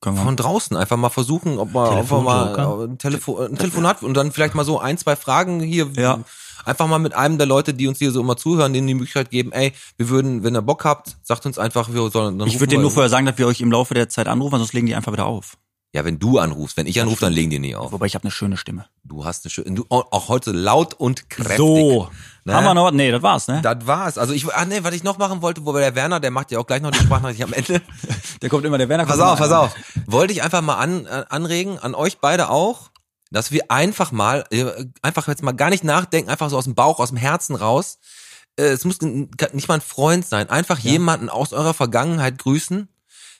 Können wir Von draußen einfach mal versuchen, ob man einfach mal äh, Telefonjoker? ein, Telefo ein Telefonat und dann vielleicht mal so ein, zwei Fragen hier. Ja. Einfach mal mit einem der Leute, die uns hier so immer zuhören, denen die Möglichkeit geben, ey, wir würden, wenn ihr Bock habt, sagt uns einfach, wir sollen dann Ich rufen würde dir wir- nur vorher sagen, dass wir euch im Laufe der Zeit anrufen, weil sonst legen die einfach wieder auf. Ja, wenn du anrufst, wenn ich anrufe, dann legen die nie auf. Wobei ich habe eine schöne Stimme. Du hast eine schöne, du, auch heute laut und kräftig. Ne? Haben wir noch was? Nee, das war's, ne? Das war's. Also ich, ah nee, was ich noch machen wollte, wo der Werner, der macht ja auch gleich noch die Sprachnachricht am Ende. der kommt immer, der Werner Pass auf, pass auf. Wollte ich einfach mal an, äh, anregen, an euch beide auch, dass wir einfach mal, äh, einfach jetzt mal gar nicht nachdenken, einfach so aus dem Bauch, aus dem Herzen raus, äh, es muss n- nicht mal ein Freund sein, einfach jemanden aus eurer Vergangenheit grüßen,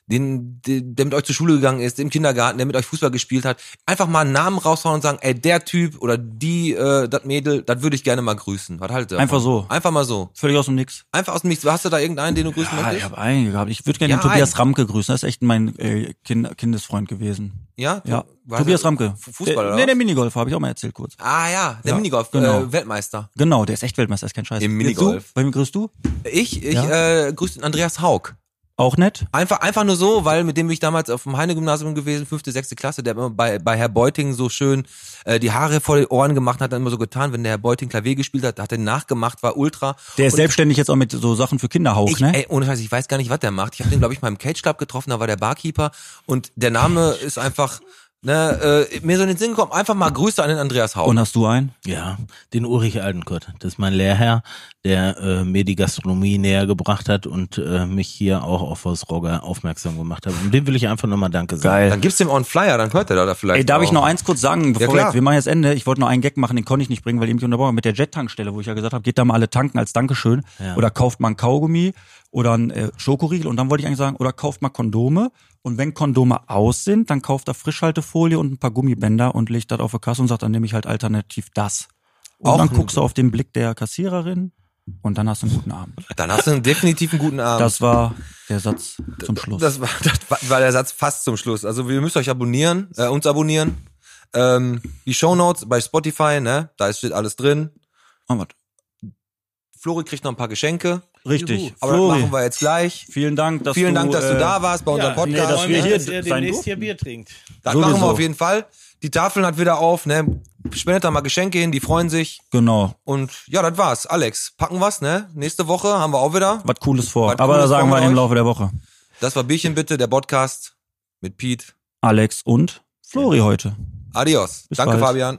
den, den, der mit euch zur Schule gegangen ist, im Kindergarten, der mit euch Fußball gespielt hat, einfach mal einen Namen raushauen und sagen, ey, der Typ oder die, äh, das Mädel, das würde ich gerne mal grüßen. Was haltet ihr? davon? Einfach so. Einfach mal so. Völlig aus dem Nix. Einfach aus dem Nichts. Hast du da irgendeinen, den du grüßen Ja, ich möchtest? habe einen gehabt. Ich würde gerne Ja, den Tobias einen. Ramke grüßen. Das ist echt mein äh, kind, Kindesfreund gewesen. Ja? Ja. Weiß Tobias er- Ramke. Fu- Fußballer, der, oder Nee, der was? Minigolfer habe ich auch mal erzählt kurz. Ah ja, der Ja, Minigolf, genau. äh, Weltmeister. Genau, der ist echt Weltmeister, ist kein Scheiß. Im Jetzt Minigolf. du? Bei wem grüßt du? Ich, ich Ja. äh, grüße den Andreas Haug. Auch nett? Einfach, einfach nur so, weil mit dem bin ich damals auf dem Heine-Gymnasium gewesen, fünfte, sechste Klasse, der hat immer bei, bei Herr Beuting so schön äh, die Haare vor die Ohren gemacht hat, hat immer so getan, wenn der Herr Beuting Klavier gespielt hat, hat er nachgemacht, war ultra. Der ist selbstständig jetzt auch mit so Sachen für Kinder auch, Ich, ne? ey, ohne Scheiß, ich weiß gar nicht, was der macht. Ich habe den, glaube ich, mal im Cage Club getroffen, da war der Barkeeper und der Name ist einfach, ne, äh, mir so in den Sinn gekommen, einfach mal Grüße an den Andreas Haug. Und hast du einen? Ja, den Ulrich Altenkott. Das ist mein Lehrherr, der äh, mir die Gastronomie näher gebracht hat und äh, mich hier auch auf Wolfsroger aufmerksam gemacht hat. Und dem will ich einfach nochmal Danke sagen. dann gibst du ihm auch einen Flyer, dann hört er da vielleicht. Ey, darf ich auch. noch eins kurz sagen, bevor klar. wir, wir machen jetzt Ende. Ich wollte noch einen Gag machen, den konnte ich nicht bringen, weil ihr mich unterbrochen habt. mit der Jet-Tankstelle, wo ich ja gesagt habe, geht da mal alle tanken als Dankeschön Ja. oder kauft mal ein Kaugummi oder ein äh, Schokoriegel und dann wollte ich eigentlich sagen, oder kauft mal Kondome und wenn Kondome aus sind, dann kauft er Frischhaltefolie und ein paar Gummibänder und legt das auf die Kasse und sagt, dann nehme ich halt alternativ das. Und Auch dann gut. guckst du auf den Blick der Kassiererin und dann hast du einen guten Abend. Dann hast du einen definitiven guten Abend. Das war der Satz zum Schluss. Das war, das war- war der Satz fast zum Schluss. Also ihr müsst euch abonnieren, äh, uns abonnieren. Ähm, die Shownotes bei Spotify, ne? Da ist- steht alles drin. Machen wir's. Flori kriegt noch ein paar Geschenke. Richtig. Juhu. Aber Flori. das machen wir jetzt gleich. Vielen Dank, dass Vielen du, Dank, dass du äh, da warst bei unserem nee, Podcast. dass wir ne? hier sein durften. Bier trinkt. das sowieso. machen wir auf jeden Fall. Die Tafeln hat wieder auf, ne? Spendet da mal Geschenke hin, die freuen sich. Genau. Und ja, das war's. Alex, packen was, ne? Nächste Woche haben wir auch wieder. was Cooles vor. Was Aber Cooles sagen vor wir mit im euch. Laufe der Woche. Das war Bierchen bitte, der Podcast mit Pete. Alex und Flori heute. Adios. Bis Danke, bald. Fabian.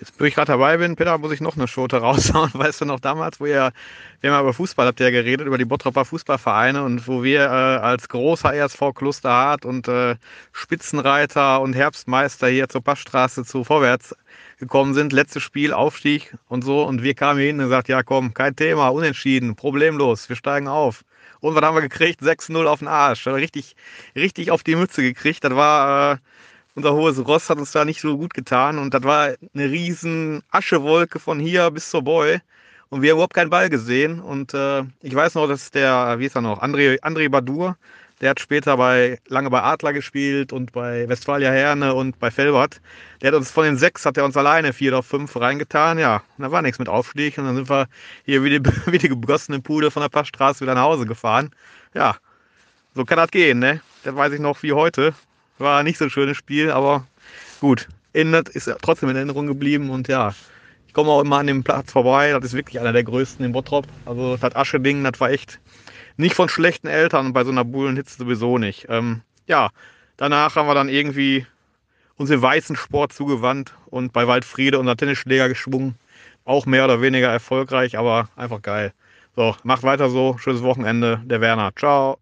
Jetzt, wo ich gerade dabei bin, Peter, muss ich noch eine Schote raushauen. Weißt du noch damals, wo ihr, wir haben ja über Fußball, habt ihr ja geredet, über die Bottroper Fußballvereine und wo wir äh, als großer ESV Klosterhardt und äh, Spitzenreiter und Herbstmeister hier zur Passstraße zu Vorwärts gekommen sind. Letztes Spiel, Aufstieg und so. Und wir kamen hier hin und gesagt, ja komm, kein Thema, unentschieden, problemlos, wir steigen auf. Und was haben wir gekriegt? 6-0 auf den Arsch. Richtig, richtig auf die Mütze gekriegt. Das war... Äh, unser hohes Ross hat uns da nicht so gut getan und das war eine riesen Aschewolke von hier bis zur Boy und wir haben überhaupt keinen Ball gesehen und äh, ich weiß noch, dass der, wie ist er noch, André, André Badur, der hat später bei, lange bei Adler gespielt und bei Westfalia Herne und bei Felbert, der hat uns von den sechs, hat er uns alleine vier oder fünf reingetan, ja, und da war nichts mit Aufstieg und dann sind wir hier wie die, wie die gegossene Pude von der Passstraße wieder nach Hause gefahren, ja, so kann das gehen, ne? Das weiß ich noch wie heute. War nicht so ein schönes Spiel, aber gut. Erinnert, ist trotzdem in Erinnerung geblieben und ja, ich komme auch immer an dem Platz vorbei. Das ist wirklich einer der größten in Bottrop. Also das Ascheding, das war echt nicht von schlechten Eltern und bei so einer Bullenhitze sowieso nicht. Ähm, ja, danach haben wir dann irgendwie uns dem weißen Sport zugewandt und bei Waldfriede unser Tennisschläger geschwungen. Auch mehr oder weniger erfolgreich, aber einfach geil. So, macht weiter so. Schönes Wochenende. Der Werner. Ciao.